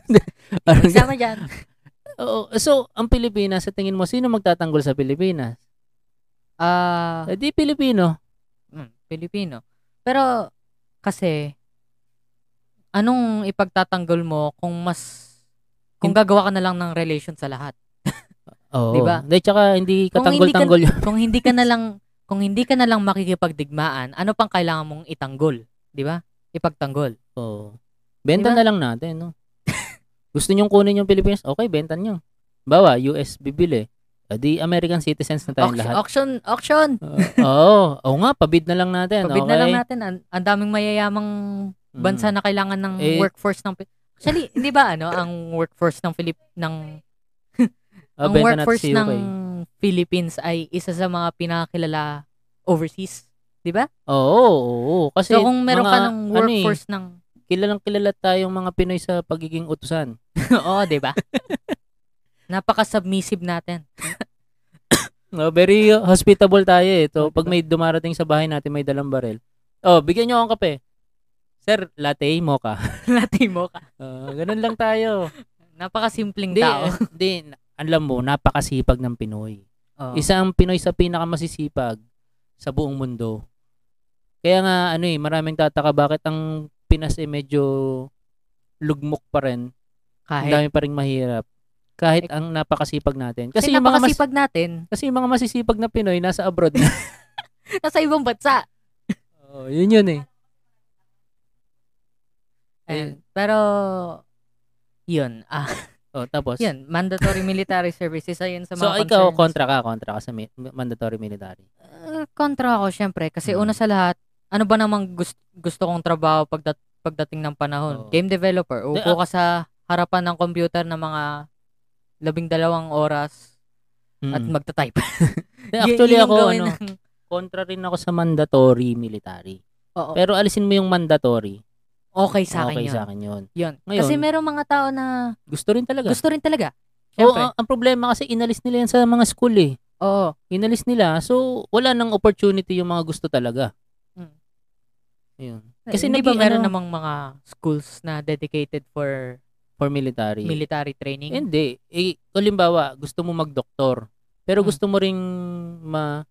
A: Parang
B: magsama dyan.
A: Oo. So, ang Pilipinas, sa tingin mo, sino magtatanggol sa Pilipinas?
B: Ah,
A: Eh, di Pilipino.
B: mm, Pilipino. Pero, kasi, anong ipagtatanggol mo kung mas, kung gagawa ka na lang ng relation sa lahat?
A: Oo.
B: Di ba?
A: Di, tsaka hindi
B: Kung hindi ka-
A: katanggol-tanggol yun.
B: kung hindi ka na lang kung hindi ka na lang makikipagdigmaan, ano pang kailangan mong itanggol, 'di ba? Ipagtanggol.
A: Oo. Benta
B: Di ba?
A: na lang natin, no? Gusto niyong kunin yung Pilipinas? Okay, benta niyo. Bawa, US bibili. Eh, di American citizens na tayong
B: Auction,
A: lahat.
B: auction, auction.
A: Oo. Oo nga, pabid na lang natin.
B: Pabid
A: okay?
B: na lang natin. Ang, ang daming mayayamang
A: Mm.
B: bansa na kailangan ng
A: Eh,
B: workforce ng Pi- Actually, hindi ba ano, ang workforce ng Philip ng
A: Ah,
B: ang
A: benta natin
B: workforce
A: sa
B: ng
A: UK.
B: Philippines ay isa sa mga pinakakilala overseas, 'di ba?
A: Oo, oo, oo. Kasi
B: So kung meron ka
A: mga,
B: ng
A: ano eh,
B: workforce ng
A: kilalang kilala tayong mga Pinoy sa pagiging utusan.
B: Oo, 'di ba? Napaka-submissive natin.
A: No, very uh, hospitable tayo eh. So,
B: Oh,
A: pag
B: diba?
A: may dumarating sa bahay natin, may dalang barel. Oh, bigyan nyo akong kape. Sir, latte, mocha.
B: Latte mo ka.
A: Ah, ganun lang tayo.
B: Napaka-simpleng
A: Hindi,
B: tao.
A: eh, hindi. Alam mo, napakasipag ng Pinoy.
B: Oo.
A: Isa ang Pinoy sa pinakamasisipag sa buong mundo. Kaya nga, ano eh, maraming tataka bakit ang Pinas eh medyo lugmok pa rin. Ang
B: kahit
A: dami pa rin mahirap. Kahit
B: Ek-
A: ang napakasipag natin.
B: kasi
A: Kasi, yung mga mas,
B: napakasipag natin
A: kasi yung mga masisipag na Pinoy nasa abroad na.
B: nasa ibang bansa.
A: Oo, yun yun eh.
B: Ayun. Pero yun. Ah,
A: Oh, tapos.
B: yun, mandatory military services ayun sa mga
A: so, ikaw,
B: concerns.
A: kontra ka, kontra ka sa mi- mandatory military.
B: Uh, kontra ako syempre kasi
A: Mm.
B: una sa lahat, ano ba namang gusto, gusto kong trabaho pagdat pagdating ng
A: Oo.
B: panahon? Game developer,
A: Hindi, ah
B: upo ka sa harapan ng computer ng mga labing dalawang oras at
A: Mm.
B: magta-type.
A: Hindi,
B: Yun-
A: actually
B: yun yung
A: ako,
B: gawin
A: ano,
B: ng-
A: kontra rin ako sa mandatory military.
B: Oo,
A: Pero alisin mo yung mandatory.
B: okay sa akin
A: okay
B: yun.
A: sa akin yun.
B: Yun.
A: Ngayon-
B: kasi merong mga tao na
A: Gusto rin talaga.
B: gusto rin talaga.
A: Oo,
B: Syempre.
A: ang, ang problema kasi inalis nila yan sa mga school eh.
B: Oo.
A: Inalis nila. So, wala nang opportunity yung mga gusto talaga.
B: Mm.
A: Ayun. Kasi
B: Kasi hindi ba
A: naging
B: meron
A: ano-
B: namang mga schools na dedicated for
A: For military.
B: military training?
A: Hindi. Eh, halimbawa, gusto mo magdoktor. Pero
B: Mm.
A: gusto mo ring ma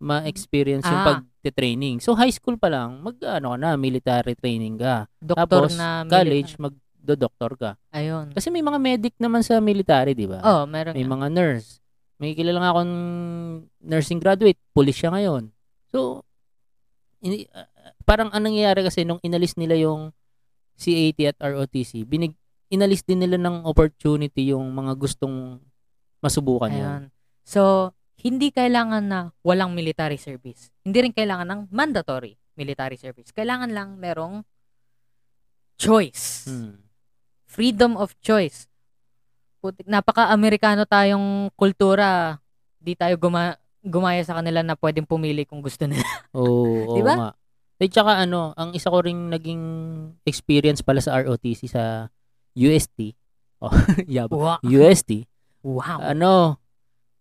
A: ma-experience yung
B: Ah.
A: pagte-training. So high school pa lang, mag ano ka na, military training ka.
B: Doktor
A: Tapos,
B: na mili-
A: college magdo-doktor ka.
B: Ayun.
A: Kasi may mga medic naman sa military, 'di ba?
B: Oo, meron.
A: May
B: nga.
A: mga nurse. May kilala nga akong nursing graduate, pulis siya ngayon. So, ini- ah, ah, parang anong nangyayari kasi nung inalis nila yung CAT at ROTC, binig, inalis din nila ng opportunity yung mga gustong masubukan yun.
B: Ayun. So, hindi kailangan na walang military service. Hindi rin kailangan ng mandatory military service. Kailangan lang merong choice.
A: Hmm.
B: Freedom of choice. Putik, napaka-Amerikano tayong kultura. Di tayo guma- gumaya sa kanila na pwedeng pumili kung gusto nila.
A: Oo, oo
B: Di ba?
A: nga. Eh, tsaka ano, ang isa ko ring naging experience pala sa ROTC sa UST. Oh, yabang.
B: Wow.
A: UST.
B: wow.
A: Ano,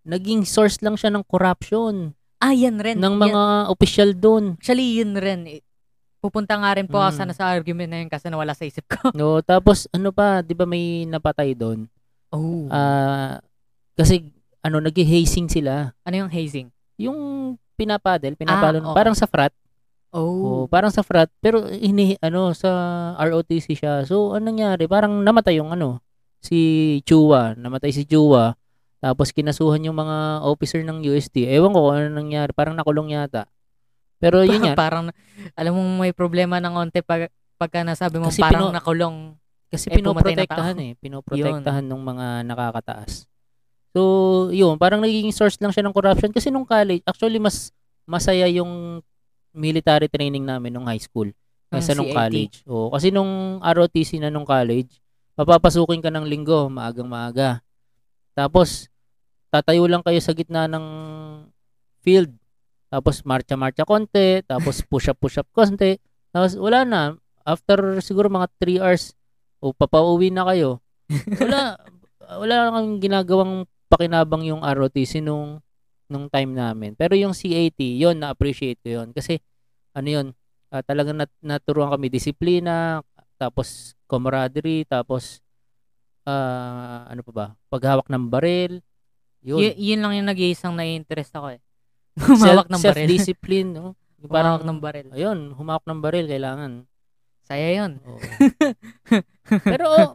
A: naging source lang siya ng corruption
B: Ah, yan rin.
A: ng
B: Yan-
A: mga opisyal doon.
B: Actually, yun rin. Eh, Pupunta nga rin po ako
A: Mm.
B: sana sa argument na yun kasi nawala sa isip ko.
A: No, tapos ano pa, 'di ba may napatay doon?
B: Oh.
A: Ah, kasi ano naghi-hazing sila.
B: ano yung hazing?
A: Yung pinapadel, pinapalon,
B: okay.
A: parang sa frat. Oh,
B: Oh.
A: parang sa frat, pero ini ano sa ROTC siya. So anong nangyari? Parang namatay yung ano si Chua, namatay si Chua. Tapos kinasuhan yung mga officer ng UST. Ewan ko kung ano nangyari, parang nakulong yata. Pero yun nga,
B: parang, alam mo may problema ng onte pag, pagka nasabi mo
A: Kasi
B: parang
A: pino-
B: nakulong.
A: Kasi
B: Eh, pumatay na
A: pinoprotektahan eh. Pinoprotektahan ng mga nakakataas. So, yun. Parang nagiging source lang siya ng corruption. Kasi nung college, actually, mas masaya yung military training namin nung high school kaysa
B: Ng
A: nung
B: CAT.
A: college. Oo, kasi nung ROTC na nung college, papapasukin ka ng linggo, maagang maaga. Tapos, tatayo lang kayo sa gitna ng field. Tapos, marcha-marcha konti. Tapos, push-up, push-up konti. Tapos, wala na. After siguro mga 3 hours, o papauwi na kayo. Wala, wala kang ginagawang pakinabang yung ROTC nung nung time namin. Pero yung CAT, yon na-appreciate ko yon kasi ano yon, ah, talagang nat- naturuan kami disiplina, tapos camaraderie, tapos ah, ano pa ba? Paghawak ng baril. Yun.
B: Y- yun lang yung nag-iisang nai-interest ako eh.
A: Self-
B: Humawak ng baril.
A: Self-discipline, no? Yung Parang,
B: Humawak ng baril.
A: ayun, humawak ng baril, kailangan.
B: Saya yun.
A: Oo. Pero, oh,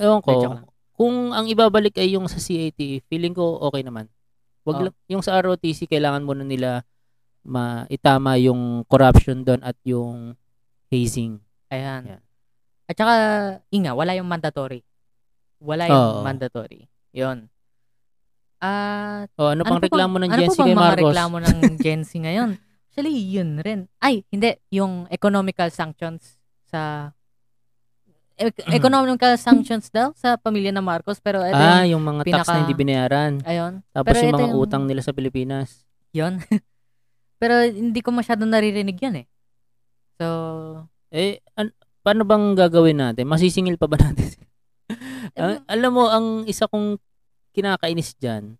A: ewan ko,
B: Hindi, joke lang.
A: kung ang ibabalik ay yung sa CAT, E, feeling ko okay naman. Wag
B: Oh.
A: lang, yung sa ROTC, kailangan muna nila maitama yung corruption doon at yung hazing.
B: Ayan.
A: Yan.
B: At saka, inga, wala yung mandatory. Wala
A: Oo.
B: yung mandatory. Yun. Ah,
A: O, ano, pang
B: pa bang-
A: reklamo ng
B: ano
A: Gen
B: pa
A: Z
B: bang
A: kay
B: mga
A: Marcos?
B: reklamo ng Gen Z ngayon? Actually, yun rin. Ay, hindi. Yung e-, economical sanctions sa
A: Mm.
B: ec- economic sanctions daw sa pamilya ng Marcos pero ito
A: ah, yung
B: yung,
A: mga tax
B: pinaka-
A: na hindi binayaran.
B: ayun
A: Tapos
B: pero
A: yung
B: ito
A: mga
B: yung-
A: utang nila sa Pilipinas.
B: yun pero hindi ko masyado naririnig yun eh so
A: Eh, an- paano bang gagawin natin? Masisingil pa ba natin?
B: Ano?
A: Ang- Ah, alam mo, ang isa kong kinakainis dyan,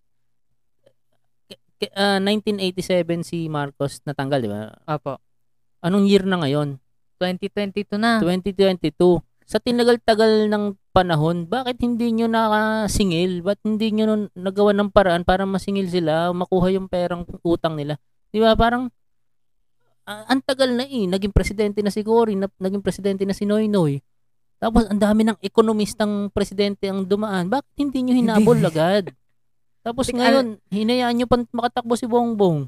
A: k- k- ah, 1987 si Marcos natanggal, di ba?
B: apo
A: Anong year na ngayon?
B: 2022 na
A: 2022. Sa tinagal-tagal ng panahon, bakit hindi nyo nakasingil? Ba't hindi nyo nun- nagawa ng paraan para masingil sila, makuha yung perang utang nila? Di ba? Parang, ah, ang tagal na eh. Naging presidente na si Cory, na, naging presidente na si Noynoy. Tapos, ang dami ng ekonomistang presidente ang dumaan. Bakit hindi nyo hinabol
B: Hindi.
A: agad? Tapos
B: Tek-
A: ngayon, hinayaan nyo pa makatakbo si Bongbong.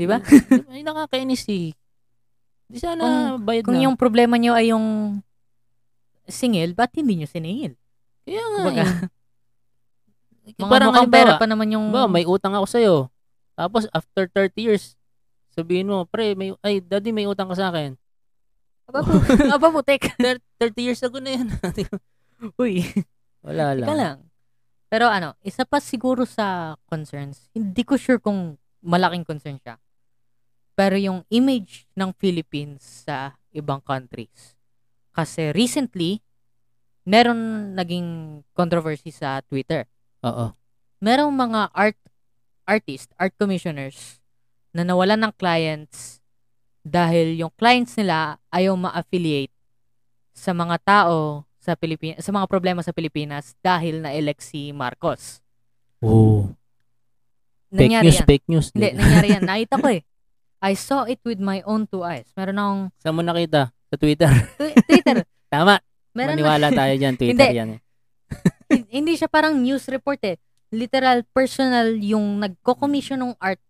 B: di ba
A: Ay, nakakainis eh. Di sana bayad
B: kung
A: na.
B: yung problema nyo ay yung singil ba't hindi nyo siningil
A: Kaya nga
B: kumbaga
A: eh.
B: mga
A: parang
B: mukhang
A: halimbawa,
B: pera pa naman yung
A: Ba, may utang ako sa'yo. Tapos, after 30 years, sabihin mo, pre, may, ay, daddy, may utang ka sa akin.
B: aba, pu- aba putik
A: Thir- 30 years ago na yan.
B: uy
A: Wala lang.
B: Teka lang. Pero ano, isa pa siguro sa concerns, hindi ko sure kung malaking concern siya. Pero yung image ng Philippines sa ibang countries. Kasi recently, meron naging controversy sa Twitter.
A: Oo.
B: Merong mga art artist, art commissioners na nawalan ng clients dahil yung clients nila ayaw ma-affiliate sa mga tao sa Pilipinas, sa mga problema sa Pilipinas dahil na-elect si Marcos.
A: Oh. Fake
B: Nangyari
A: news,
B: yan.
A: fake news.
B: Hindi, nangyari yan. Nakita ko eh. I saw it with my own two eyes. Meron akong
A: Saan mo nakita? Sa Twitter.
B: tw- Twitter.
A: Tama.
B: Meron na-
A: Maniwala tayo dyan. Twitter
B: Hindi.
A: yan. eh.
B: Hin- hindi siya parang news report eh. Literal, personal yung nagko-commission ng art.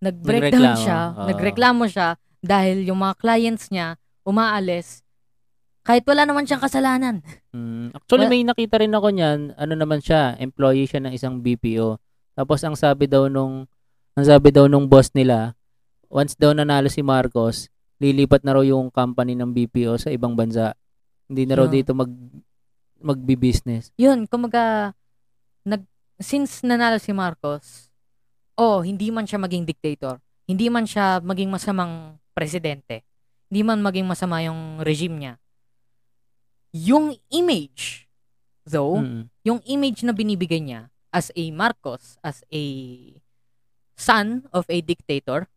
B: Nag-breakdown
A: Nagreklamo,
B: siya.
A: oo.
B: Nagreklamo siya dahil yung mga clients niya umaalis kahit wala naman siyang kasalanan.
A: Mm, Actually,
B: Well-
A: may nakita rin ako niyan. Ano naman siya? Employee siya ng isang BPO. Tapos, ang sabi daw nung, ang sabi daw nung boss nila, once daw nanalo si Marcos, lilipat na raw yung company ng BPO sa ibang bansa. Hindi na raw
B: Yeah.
A: dito mag magbi-business.
B: yun, kumaga, nag, since nanalo si Marcos, oh, hindi man siya maging dictator, hindi man siya maging masamang presidente, hindi man maging masama yung regime niya. Yung image, though,
A: Mm.
B: yung image na binibigay niya as a Marcos, as a son of a dictator,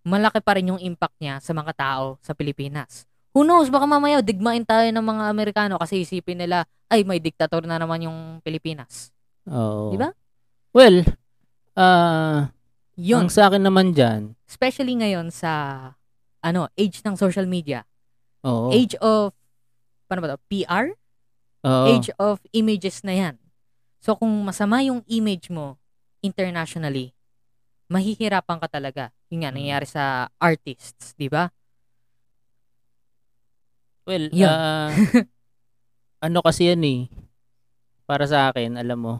B: malaki pa rin yung impact niya sa mga tao sa Pilipinas. Who knows, baka mamaya digmain tayo ng mga Amerikano kasi isipin nila, ay may diktator na naman yung Pilipinas.
A: Oo.
B: Di ba?
A: Well, ah ang
B: Yun,
A: sa akin naman diyan,
B: especially ngayon sa ano, age ng social media,
A: oo.
B: age of paano ba to? PR?
A: oo.
B: age of images na yan. So, kung masama yung image mo internationally, mahihirapan ka talaga. Yun nga,
A: Mm.
B: nangyayari sa artists, di ba?
A: Well,
B: Yun.
A: ah, ano kasi yan eh. Para sa akin, alam mo,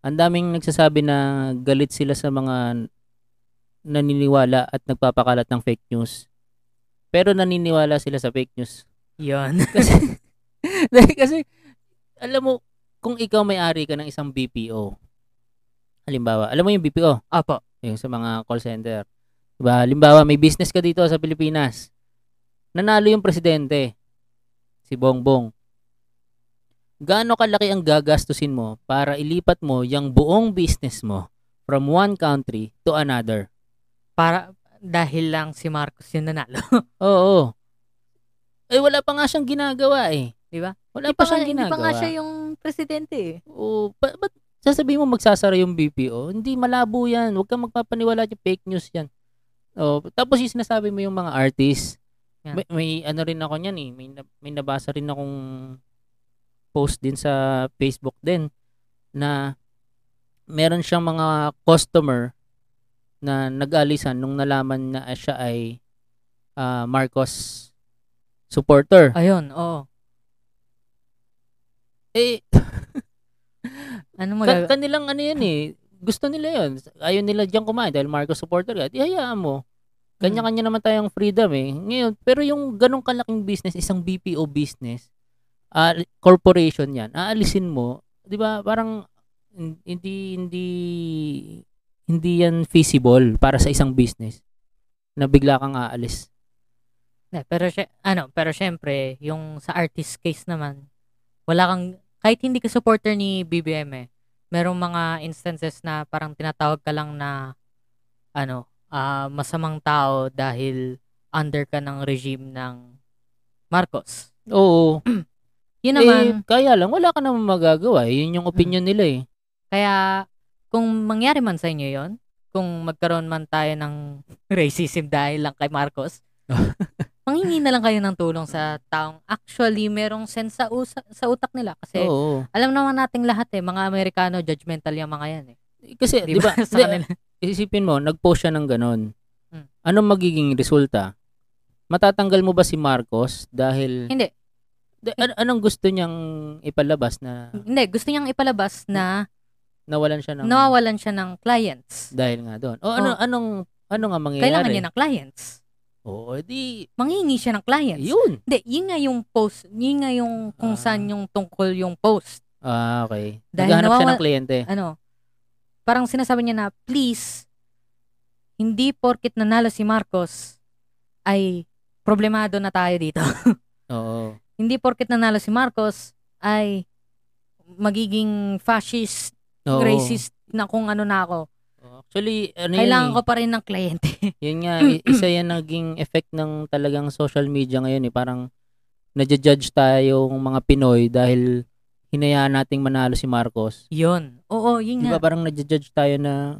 A: ang daming nagsasabi na galit sila sa mga naniniwala at nagpapakalat ng fake news. Pero naniniwala sila sa fake news.
B: Yun.
A: Kasi, dahil kasi, alam mo, kung ikaw may-ari ka ng isang BPO, halimbawa, alam mo yung BPO,
B: Apo.
A: yung sa mga call center. Diba? Halimbawa, may business ka dito sa Pilipinas. Nanalo yung presidente, si Bongbong. Gaano kalaki ang gagastusin mo para ilipat mo yung buong business mo from one country to another?
B: Para, dahil lang si Marcos yung nanalo.
A: Oo. Eh, wala pa nga siyang ginagawa eh.
B: Di ba?
A: Wala pa siyang
B: hindi
A: ginagawa.
B: pa nga siya yung presidente eh.
A: Oo, ba- ba't sasabihin mo magsasara yung BPO? Hindi, malabo yan. Huwag kang magpapaniwala yung fake news yan. Oh, tapos yung sinasabi mo yung mga artist.
B: Yeah.
A: May, may ano rin ako niyan eh. May, na- may nabasa rin akong post din sa Facebook din na meron siyang mga customer na nag-alisan nung nalaman na siya ay ah, Marcos supporter.
B: Ayun, oo.
A: Eh,
B: Ano mo
A: Ka-
B: gagawin?
A: kanilang ano yun eh. Gusto nila yun. Ayaw nila diyang kumain dahil Marcos supporter ka. Ihayaan mo.
B: Hmm.
A: Kanya-kanya naman tayong freedom eh. Ngayon, pero yung ganong kalaking business, isang BPO business, ah, corporation 'yan. Aalisin mo, 'di ba? Parang hin- hindi hindi hindi yan feasible para sa isang business na bigla kang aalis.
B: Eh, pero sy- ano, pero syempre, yung sa artist case naman, wala kang kahit hindi ka supporter ni BBM eh. Merong mga instances na parang tinatawag ka lang na ano, ah, masamang tao dahil under ka ng regime ng Marcos.
A: Oo.
B: Yun Ano naman, Hmm.
A: Eh, kaya lang, wala ka naman magagawa. eh. Yun yung opinion nila eh.
B: kaya kung mangyari man sa inyo 'yon, kung magkaroon man tayo ng racism dahil lang kay Marcos, manghingi na lang kayo ng tulong sa taong actually merong sense sa, usa- sa utak nila kasi
A: Oo.
B: Alam naman nating lahat eh, mga Amerikano, judgmental yung mga yan eh.
A: Kasi,
B: Di ba? sa
A: diba? di-
B: kanila.
A: isipin mo, nag-post siya ng ganon.
B: Mm.
A: Anong magiging resulta? Matatanggal mo ba si Marcos dahil
B: Hindi.
A: da- an- anong gusto niyang ipalabas na
B: Hindi, gusto niyang ipalabas na
A: nawalan siya ng
B: nawawalan siya ng clients.
A: dahil nga doon? O ano
B: Oh.
A: anong ano nga mangyayari?
B: Kailangan niya ng clients.
A: Oo, edi
B: Manghingi siya ng clients.
A: yun.
B: Hindi, yun nga yung post, yun nga yung
A: Ah.
B: kung saan yung tungkol yung post.
A: Ah, okay. Naghanap
B: Dahil
A: siya
B: nawawala-
A: ng kliyente.
B: Ano, parang sinasabi niya na, please, hindi porkit nanalo si Marcos ay problemado na tayo dito.
A: Oo.
B: hindi porkit nanalo si Marcos ay magiging fascist
A: Oo.
B: racist na kung ano na ako.
A: Oo. Actually, ano
B: Kailangan
A: yun,
B: ko
A: eh.
B: pa rin ng kliyente.
A: yun nga, i- isa yan naging effect ng talagang social media ngayon eh. Parang nadja-judge tayo ng mga Pinoy dahil hinayaan nating manalo si Marcos.
B: Yun. Oo, yun
A: Di ba
B: nga.
A: parang nadja-judge tayo na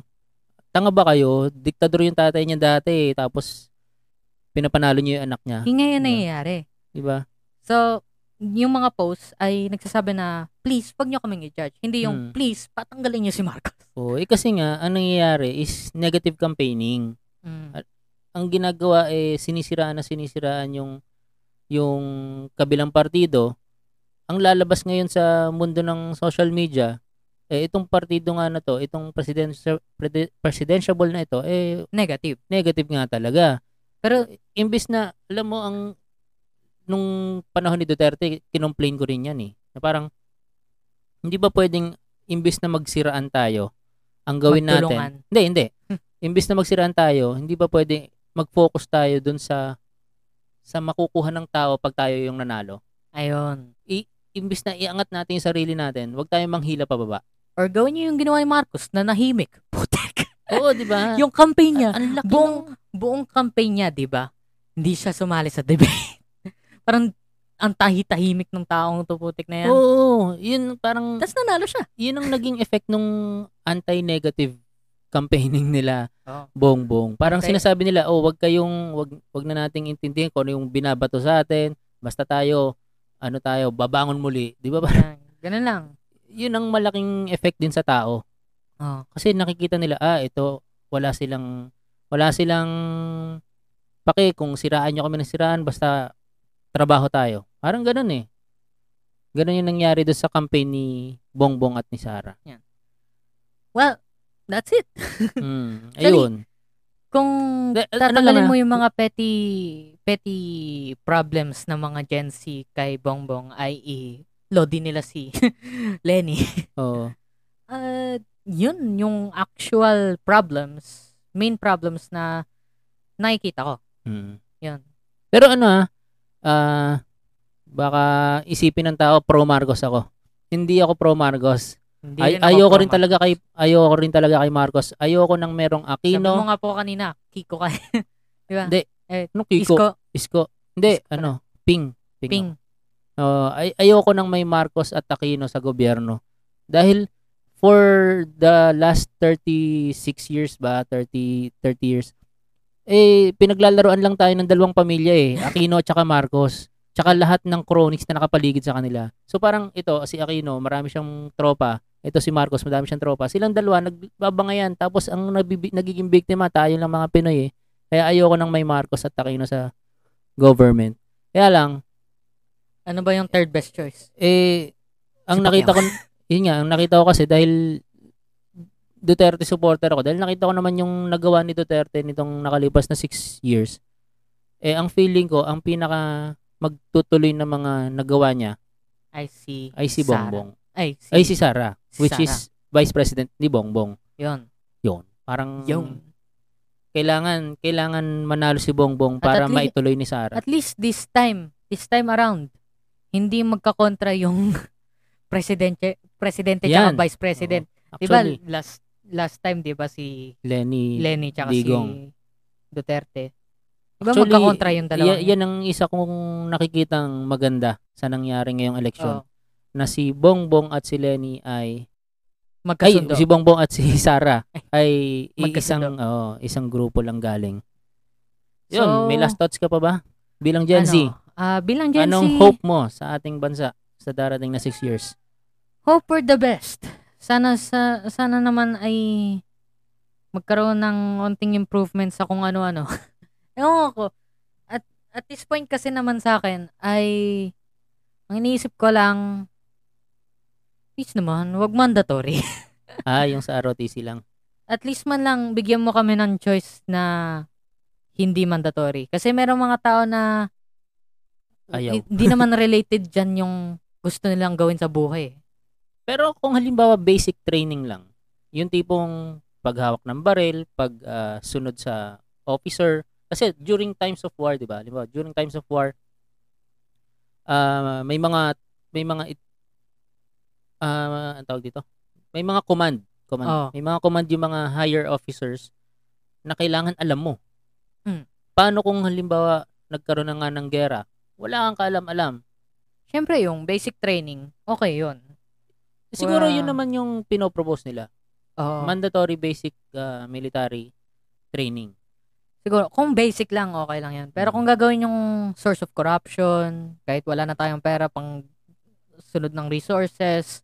A: tanga ba kayo? Diktador yung tatay niya dati eh. Tapos pinapanalo niya yung anak niya.
B: Yun nga yung
A: Diba?
B: nangyayari.
A: Di ba?
B: So, yung mga posts ay nagsasabi na, please, wag nyo kaming i-judge. Hindi yung,
A: Hmm.
B: please, patanggalin nyo si Marcos.
A: Oo. Eh kasi nga, ang nangyayari is negative campaigning.
B: Mm.
A: Ang ginagawa eh, sinisiraan na sinisiraan yung yung kabilang partido. Ang lalabas ngayon sa mundo ng social media, eh itong partido nga na to, itong presidential prede- presidentiable na ito, eh
B: Negative.
A: negative nga talaga.
B: Pero,
A: imbis na, alam mo, ang nung panahon ni Duterte, kinomplain ko rin yan eh. Na parang, hindi ba pwedeng imbis na magsiraan tayo, ang gawin natin.
B: magtulungan. Hmm.
A: Hindi, hindi. Imbis na magsiraan tayo, hindi ba pwedeng mag-focus tayo dun sa sa makukuha ng tao pag tayo yung nanalo.
B: Ayun.
A: Imbis na iangat natin yung sarili natin, huwag tayong manghila pababa.
B: Or gawin nyo yung ginawa ni Marcos na nahimik. Putek.
A: Oo, di ba?
B: yung campaign niya,
A: Ang laki
B: buong-
A: ng-
B: buong campaign niya, di ba? Hindi siya sumali sa debate. Parang, ang tahi-tahimik ng taong to, putik na yan.
A: Oo, yun parang...
B: Tapos nanalo siya.
A: yun ang naging effect nung anti-negative campaigning nila
B: Oo.
A: bong-bong. Parang
B: Okay.
A: sinasabi nila, oh, wag kayong wag wag na nating intindihin kung ano yung binabato sa atin. Basta tayo ano tayo, babangon muli, 'di Diba ba?
B: Yan. Ganun lang.
A: yun ang malaking effect din sa tao.
B: Oo.
A: Kasi nakikita nila, ah, ito wala silang wala silang pake kung siraan nyo kami ng siraan basta trabaho tayo. Parang ganun eh. Ganun yung nangyari doon sa campaign ni Bongbong at ni Sara.
B: Well, that's it.
A: Mm,
B: Actually,
A: ayun.
B: Kung
A: De- ano
B: tatanggalin
A: nga?
B: mo yung mga petty petty problems ng mga Gen Z kay Bongbong, i.e. lodi nila si Lenny.
A: Oo.
B: Uh, yun yung actual problems, main problems na nakikita ko.
A: Mm.
B: Yun.
A: Pero ano ah, ah, baka isipin ng tao pro Marcos ako. Hindi ako pro Marcos.
B: Hindi
A: Ay,
B: rin ako
A: ayoko
B: pro
A: rin talaga kay
B: Marcos.
A: ayoko rin talaga kay Marcos. Ayoko nang merong
B: Sabi mo
A: Aquino,
B: nga po kanina, Kiko ka.
A: no
B: Kiko,
A: Ano, Kiko, Isko. Hindi,
B: Isko na.
A: ano, Ping. Ping.
B: Ping.
A: Oo, Ah, ay, ayoko nang may Marcos at Aquino sa gobyerno. Dahil for the last 36 years ba, 30 30 years, eh pinaglalaroan lang tayo ng dalawang pamilya eh, Aquino at saka Marcos. Tsaka lahat ng cronies na nakapaligid sa kanila. So parang ito, si Aquino, marami siyang tropa. Ito si Marcos, marami siyang tropa. Silang dalawa, nagbabangayan. Tapos ang nabibi- nagiging biktima, tayo lang mga Pinoy eh. Kaya ayoko nang may Marcos at Aquino sa government. Kaya lang,
B: Ano ba yung third best choice?
A: eh, ang
B: Si
A: nakita ko, yun nga, ang nakita ko kasi dahil Duterte supporter ako dahil nakita ko naman yung nagawa ni Duterte nitong nakalipas na 6 years. Eh, ang feeling ko, ang pinaka magtutuloy na mga nagawa niya
B: I see.
A: ay si
B: Sara.
A: Bongbong.
B: Ay, si,
A: Ay, si Sara.
B: si
A: Which
B: Sara.
A: is Vice President ni Bongbong.
B: Yun.
A: Yun. Parang
B: Yun.
A: kailangan kailangan manalo si Bongbong
B: At
A: para
B: at lea-
A: maituloy ni Sara.
B: At least this time, this time around, hindi magkakontra yung presidente, presidente
A: Yan.
B: tsaka vice president. Di ba
A: Actually,
B: last last time 'di ba si
A: Lenny,
B: Lenny tsaka
A: Digong.
B: si Duterte. Di ba
A: Actually,
B: magkakontra yung dalawa?
A: Yan, yan ang isa kong nakikitang maganda sa nangyari ngayong election
B: Oo.
A: na si Bongbong at si Lenny ay ay
B: magkasundo.
A: si Bongbong at si Sara ay
B: Magkasundo.
A: isang oo, isang grupo lang galing.
B: So,
A: Yun, may last thoughts ka pa ba? Bilang Gen Z,
B: Ano, ah, bilang Gen
A: anong
B: Z,
A: hope mo sa ating bansa sa darating na 6 years?
B: hope for the best. Sana sa sana naman ay magkaroon ng onting improvement sa kung ano-ano. Ewan ko. At, at this point kasi naman sa akin ay ang iniisip ko lang please naman, wag mandatory.
A: ah, yung sa ROTC lang.
B: at least man lang bigyan mo kami ng choice na hindi mandatory. Kasi merong mga tao na
A: Ayaw.
B: hindi naman related dyan yung gusto nilang gawin sa buhay.
A: Pero kung halimbawa basic training lang, yung tipong paghawak ng baril, pag ah, sunod sa officer, kasi during times of war, 'di ba? Halimbawa, during times of war, ah, may mga may mga it, ah, ang tawag dito. May mga command, command.
B: Oo.
A: May mga command yung mga higher officers na kailangan alam mo.
B: Mm.
A: Paano kung halimbawa nagkaroon na nga ng gera? Wala kang kaalam-alam.
B: Siyempre, yung basic training, okay yun.
A: Siguro
B: Wow.
A: yun naman yung pinopropose nila.
B: Oo.
A: mandatory basic uh, military training.
B: siguro, kung basic lang, okay lang yun. Pero kung gagawin yung source of corruption, kahit wala na tayong pera pang sunod ng resources,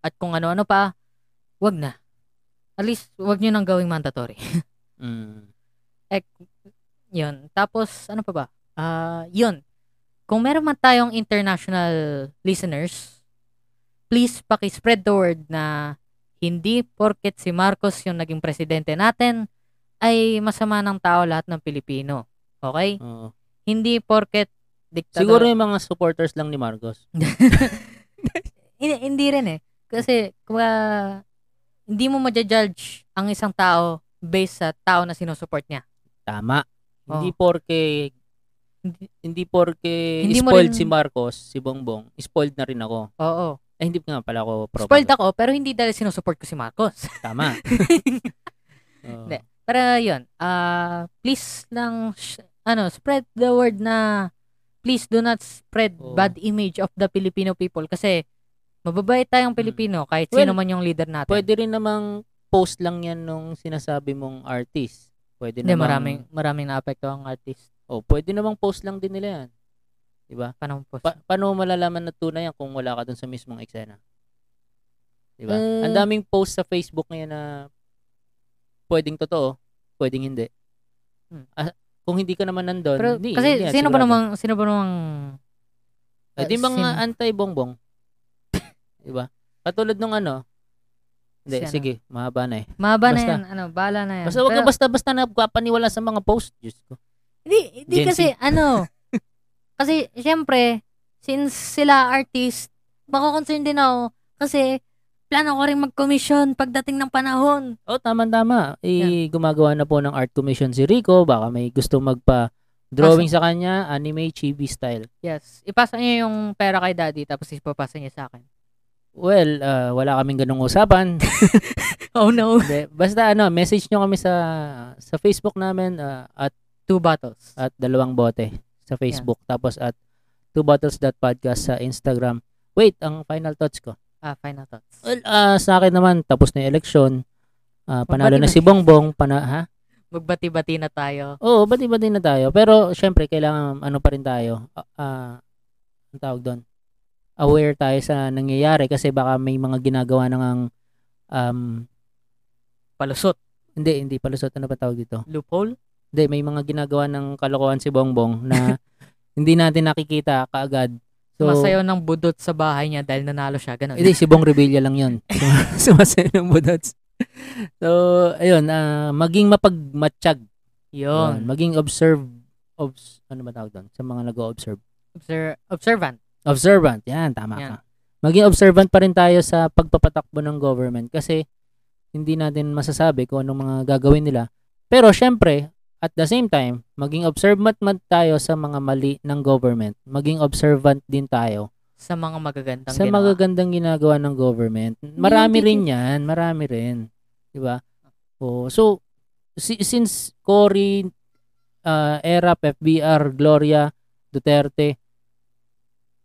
B: at kung ano-ano pa, wag na. At least, wag nyo nang gawing mandatory.
A: Mm.
B: yun. Tapos, ano pa ba? Ah, yun. Kung meron man tayong international listeners, please paki-spread the word na hindi porket si Marcos yung naging presidente natin ay masama ng tao lahat ng Pilipino. Okay?
A: Oo.
B: Hindi porket diktador.
A: Siguro yung mga supporters lang ni Marcos.
B: hindi, hindi rin eh. Kasi, kumbaga, hindi mo maja-judge ang isang tao based sa tao na sinusupport niya.
A: Tama.
B: Oo.
A: Hindi porke
B: Hindi-
A: hindi porke
B: Hindi mo
A: spoiled
B: rin-
A: si Marcos, si Bongbong, spoiled na rin ako.
B: Oo.
A: Eh, hindi nga pala ako pro.
B: Spoiled ako, pero hindi dahil sinusupport ko si Marcos.
A: Tama. Oo.
B: Hindi. Pero yun, ah, please lang, sh- ano, spread the word na please do not spread
A: Oo.
B: bad image of the Filipino people kasi mababait tayong
A: Mm.
B: Pilipino kahit
A: Well,
B: sino man yung leader natin.
A: Pwede rin namang post lang yan nung sinasabi mong artist. Pwede
B: Hindi,
A: namang,
B: maraming, maraming naapekto ang artist.
A: Oh, pwede namang post lang din nila yan.
B: Paano po?
A: Pa- paano mo malalaman na tunay yan kung wala ka dun sa mismong eksena? Di ba?
B: Eh.
A: Ang daming post sa Facebook ngayon na pwedeng totoo, pwedeng hindi.
B: Hmm.
A: Ah, kung hindi ka naman nandun,
B: Pero,
A: hindi.
B: kasi
A: hindi yan
B: sino ba
A: sigurado.
B: namang, sino ba namang,
A: Eh, di
B: Ah,
A: mga
B: sino?
A: anti-bongbong. di ba? Katulad nung ano, hindi,
B: Si ano?
A: sige, mahaba na eh.
B: mahaba na
A: Basta.
B: yan, ano, bahala na yan.
A: Basta wag
B: Pero-
A: ka basta-basta na kapaniwala sa mga post. Diyos ko.
B: Hindi, hindi
A: Gen Z.
B: kasi, ano, kasi, syempre, since sila artist, makakoncern din ako kasi plano ko rin mag-commission pagdating ng panahon.
A: Oh, tama-tama. Eh, Gumagawa na po ng art commission si Rico. Baka may gusto magpa-drawing sa kanya, anime, chibi style.
B: Yes. Ipasa niya yung pera kay daddy tapos ipapasa niya sa akin.
A: Well, ah, wala kaming ganung usapan.
B: Oh no.
A: Hindi. Basta ano, message nyo kami sa sa Facebook namin ah, at
B: Two bottles. Ah,
A: at dalawang bote sa Facebook tapos at two bottles.podcast sa Instagram. Wait, ang final thoughts ko.
B: Ah, final thoughts.
A: Well, ah, sa akin naman tapos na yung election. Ah, panalo na
B: Magbati-bati.
A: si Bongbong, pana ha?
B: Magbati-bati na tayo.
A: Oo, bati-bati na tayo. Pero syempre kailangan ano pa rin tayo. ah, ah, ang tawag doon. Aware tayo sa nangyayari kasi baka may mga ginagawa na ngang um,
B: Palusot.
A: hindi, hindi palusot. Ano ba tawag dito?
B: Loophole.
A: Hindi, may mga ginagawa ng kalokohan si Bongbong na hindi natin nakikita kaagad. So,
B: Sumasayaw ng budot sa bahay niya dahil nanalo siya. Ganun.
A: Hindi, si Bong Revilla lang yun. Sumasayo ng budots. So, ayun, ah, maging mapagmatsyag. Ayun,
B: Yun.
A: Maging observe, obs, ano ba tawag doon? Sa mga nag-observe.
B: Obser- observant.
A: Observant, yan, tama
B: Yan.
A: ka. Maging observant pa rin tayo sa pagpapatakbo ng government kasi hindi natin masasabi kung anong mga gagawin nila. Pero syempre, at the same time, maging observant man tayo sa mga mali ng government. Maging observant din tayo
B: Sa mga magagandang
A: sa
B: ginawa.
A: magagandang ginagawa ng government. Marami
B: hindi
A: rin yan, marami rin. 'Di ba? Oh, so si- since Cory uh, ERAP, FBR, Gloria Duterte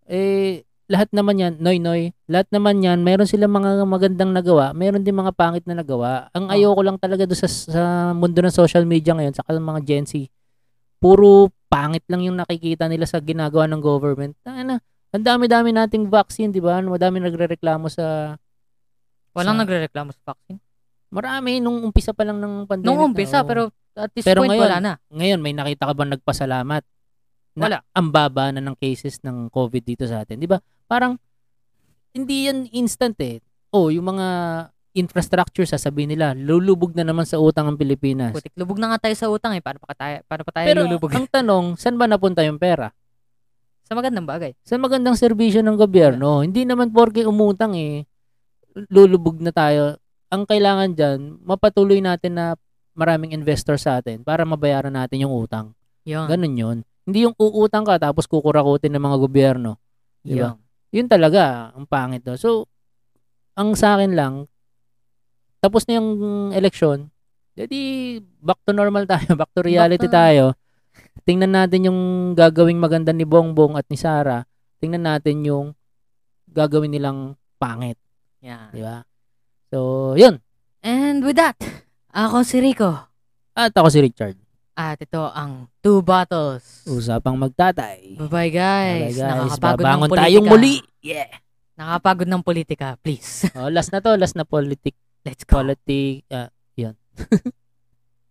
A: eh lahat naman yan, noy noy, lahat naman yan, meron silang mga magandang nagawa, meron din mga pangit na nagawa. Ang
B: Oh.
A: ayoko lang talaga do sa, sa mundo ng social media ngayon, sa mga Gen Z, puro pangit lang yung nakikita nila sa ginagawa ng government. Ano, ang dami-dami nating vaccine, di ba? Ang Madami nagrereklamo sa... sa-
B: Walang nagre-reklamo sa vaccine.
A: Marami, nung umpisa pa lang ng pandemic.
B: Nung
A: na, oo.
B: umpisa, pero at this
A: Pero
B: point,
A: ngayon,
B: wala na.
A: Ngayon, may nakita ka ba nagpasalamat? Na
B: Wala.
A: Ang baba na ng cases ng COVID dito sa atin. Di ba? Parang, hindi yan instant eh. O, yung mga infrastructure, sasabihin nila, lulubog na naman sa utang ang Pilipinas.
B: Putik, lubog na nga tayo sa utang eh. Paano pa tayo, paano pa tayo
A: Pero
B: lulubog?
A: ang tanong, saan ba napunta yung pera?
B: sa magandang bagay.
A: sa magandang serbisyo ng gobyerno. Hindi naman porke umutang eh, lulubog na tayo. Ang kailangan dyan, mapatuloy natin na maraming investor sa atin para mabayaran natin yung utang.
B: Yun.
A: Ganun yun. Hindi yung uutang ka tapos kukurakutin ng mga gobyerno. Di ba?
B: Yun.
A: Yun talaga, ang pangit doon. So, ang sa akin lang, tapos na yung eleksyon, edi back to normal tayo, back to reality
B: Back to-
A: tayo. Tingnan natin yung gagawing maganda ni Bongbong at ni Sara. Tingnan natin yung gagawin nilang pangit,
B: Yeah.
A: di ba? So, yun.
B: And with that, ako si Rico.
A: At ako si Richard.
B: At ito ang Two Bottles.
A: Usapang magtatay.
B: Bye-bye
A: Bye,
B: guys.
A: guys.
B: Nakakapagod ng
A: Babangon
B: politika.
A: tayong muli. Yeah.
B: Nakakapagod ng politika. Please.
A: Oh, last na to, last na politic
B: Let's go.
A: politic ah,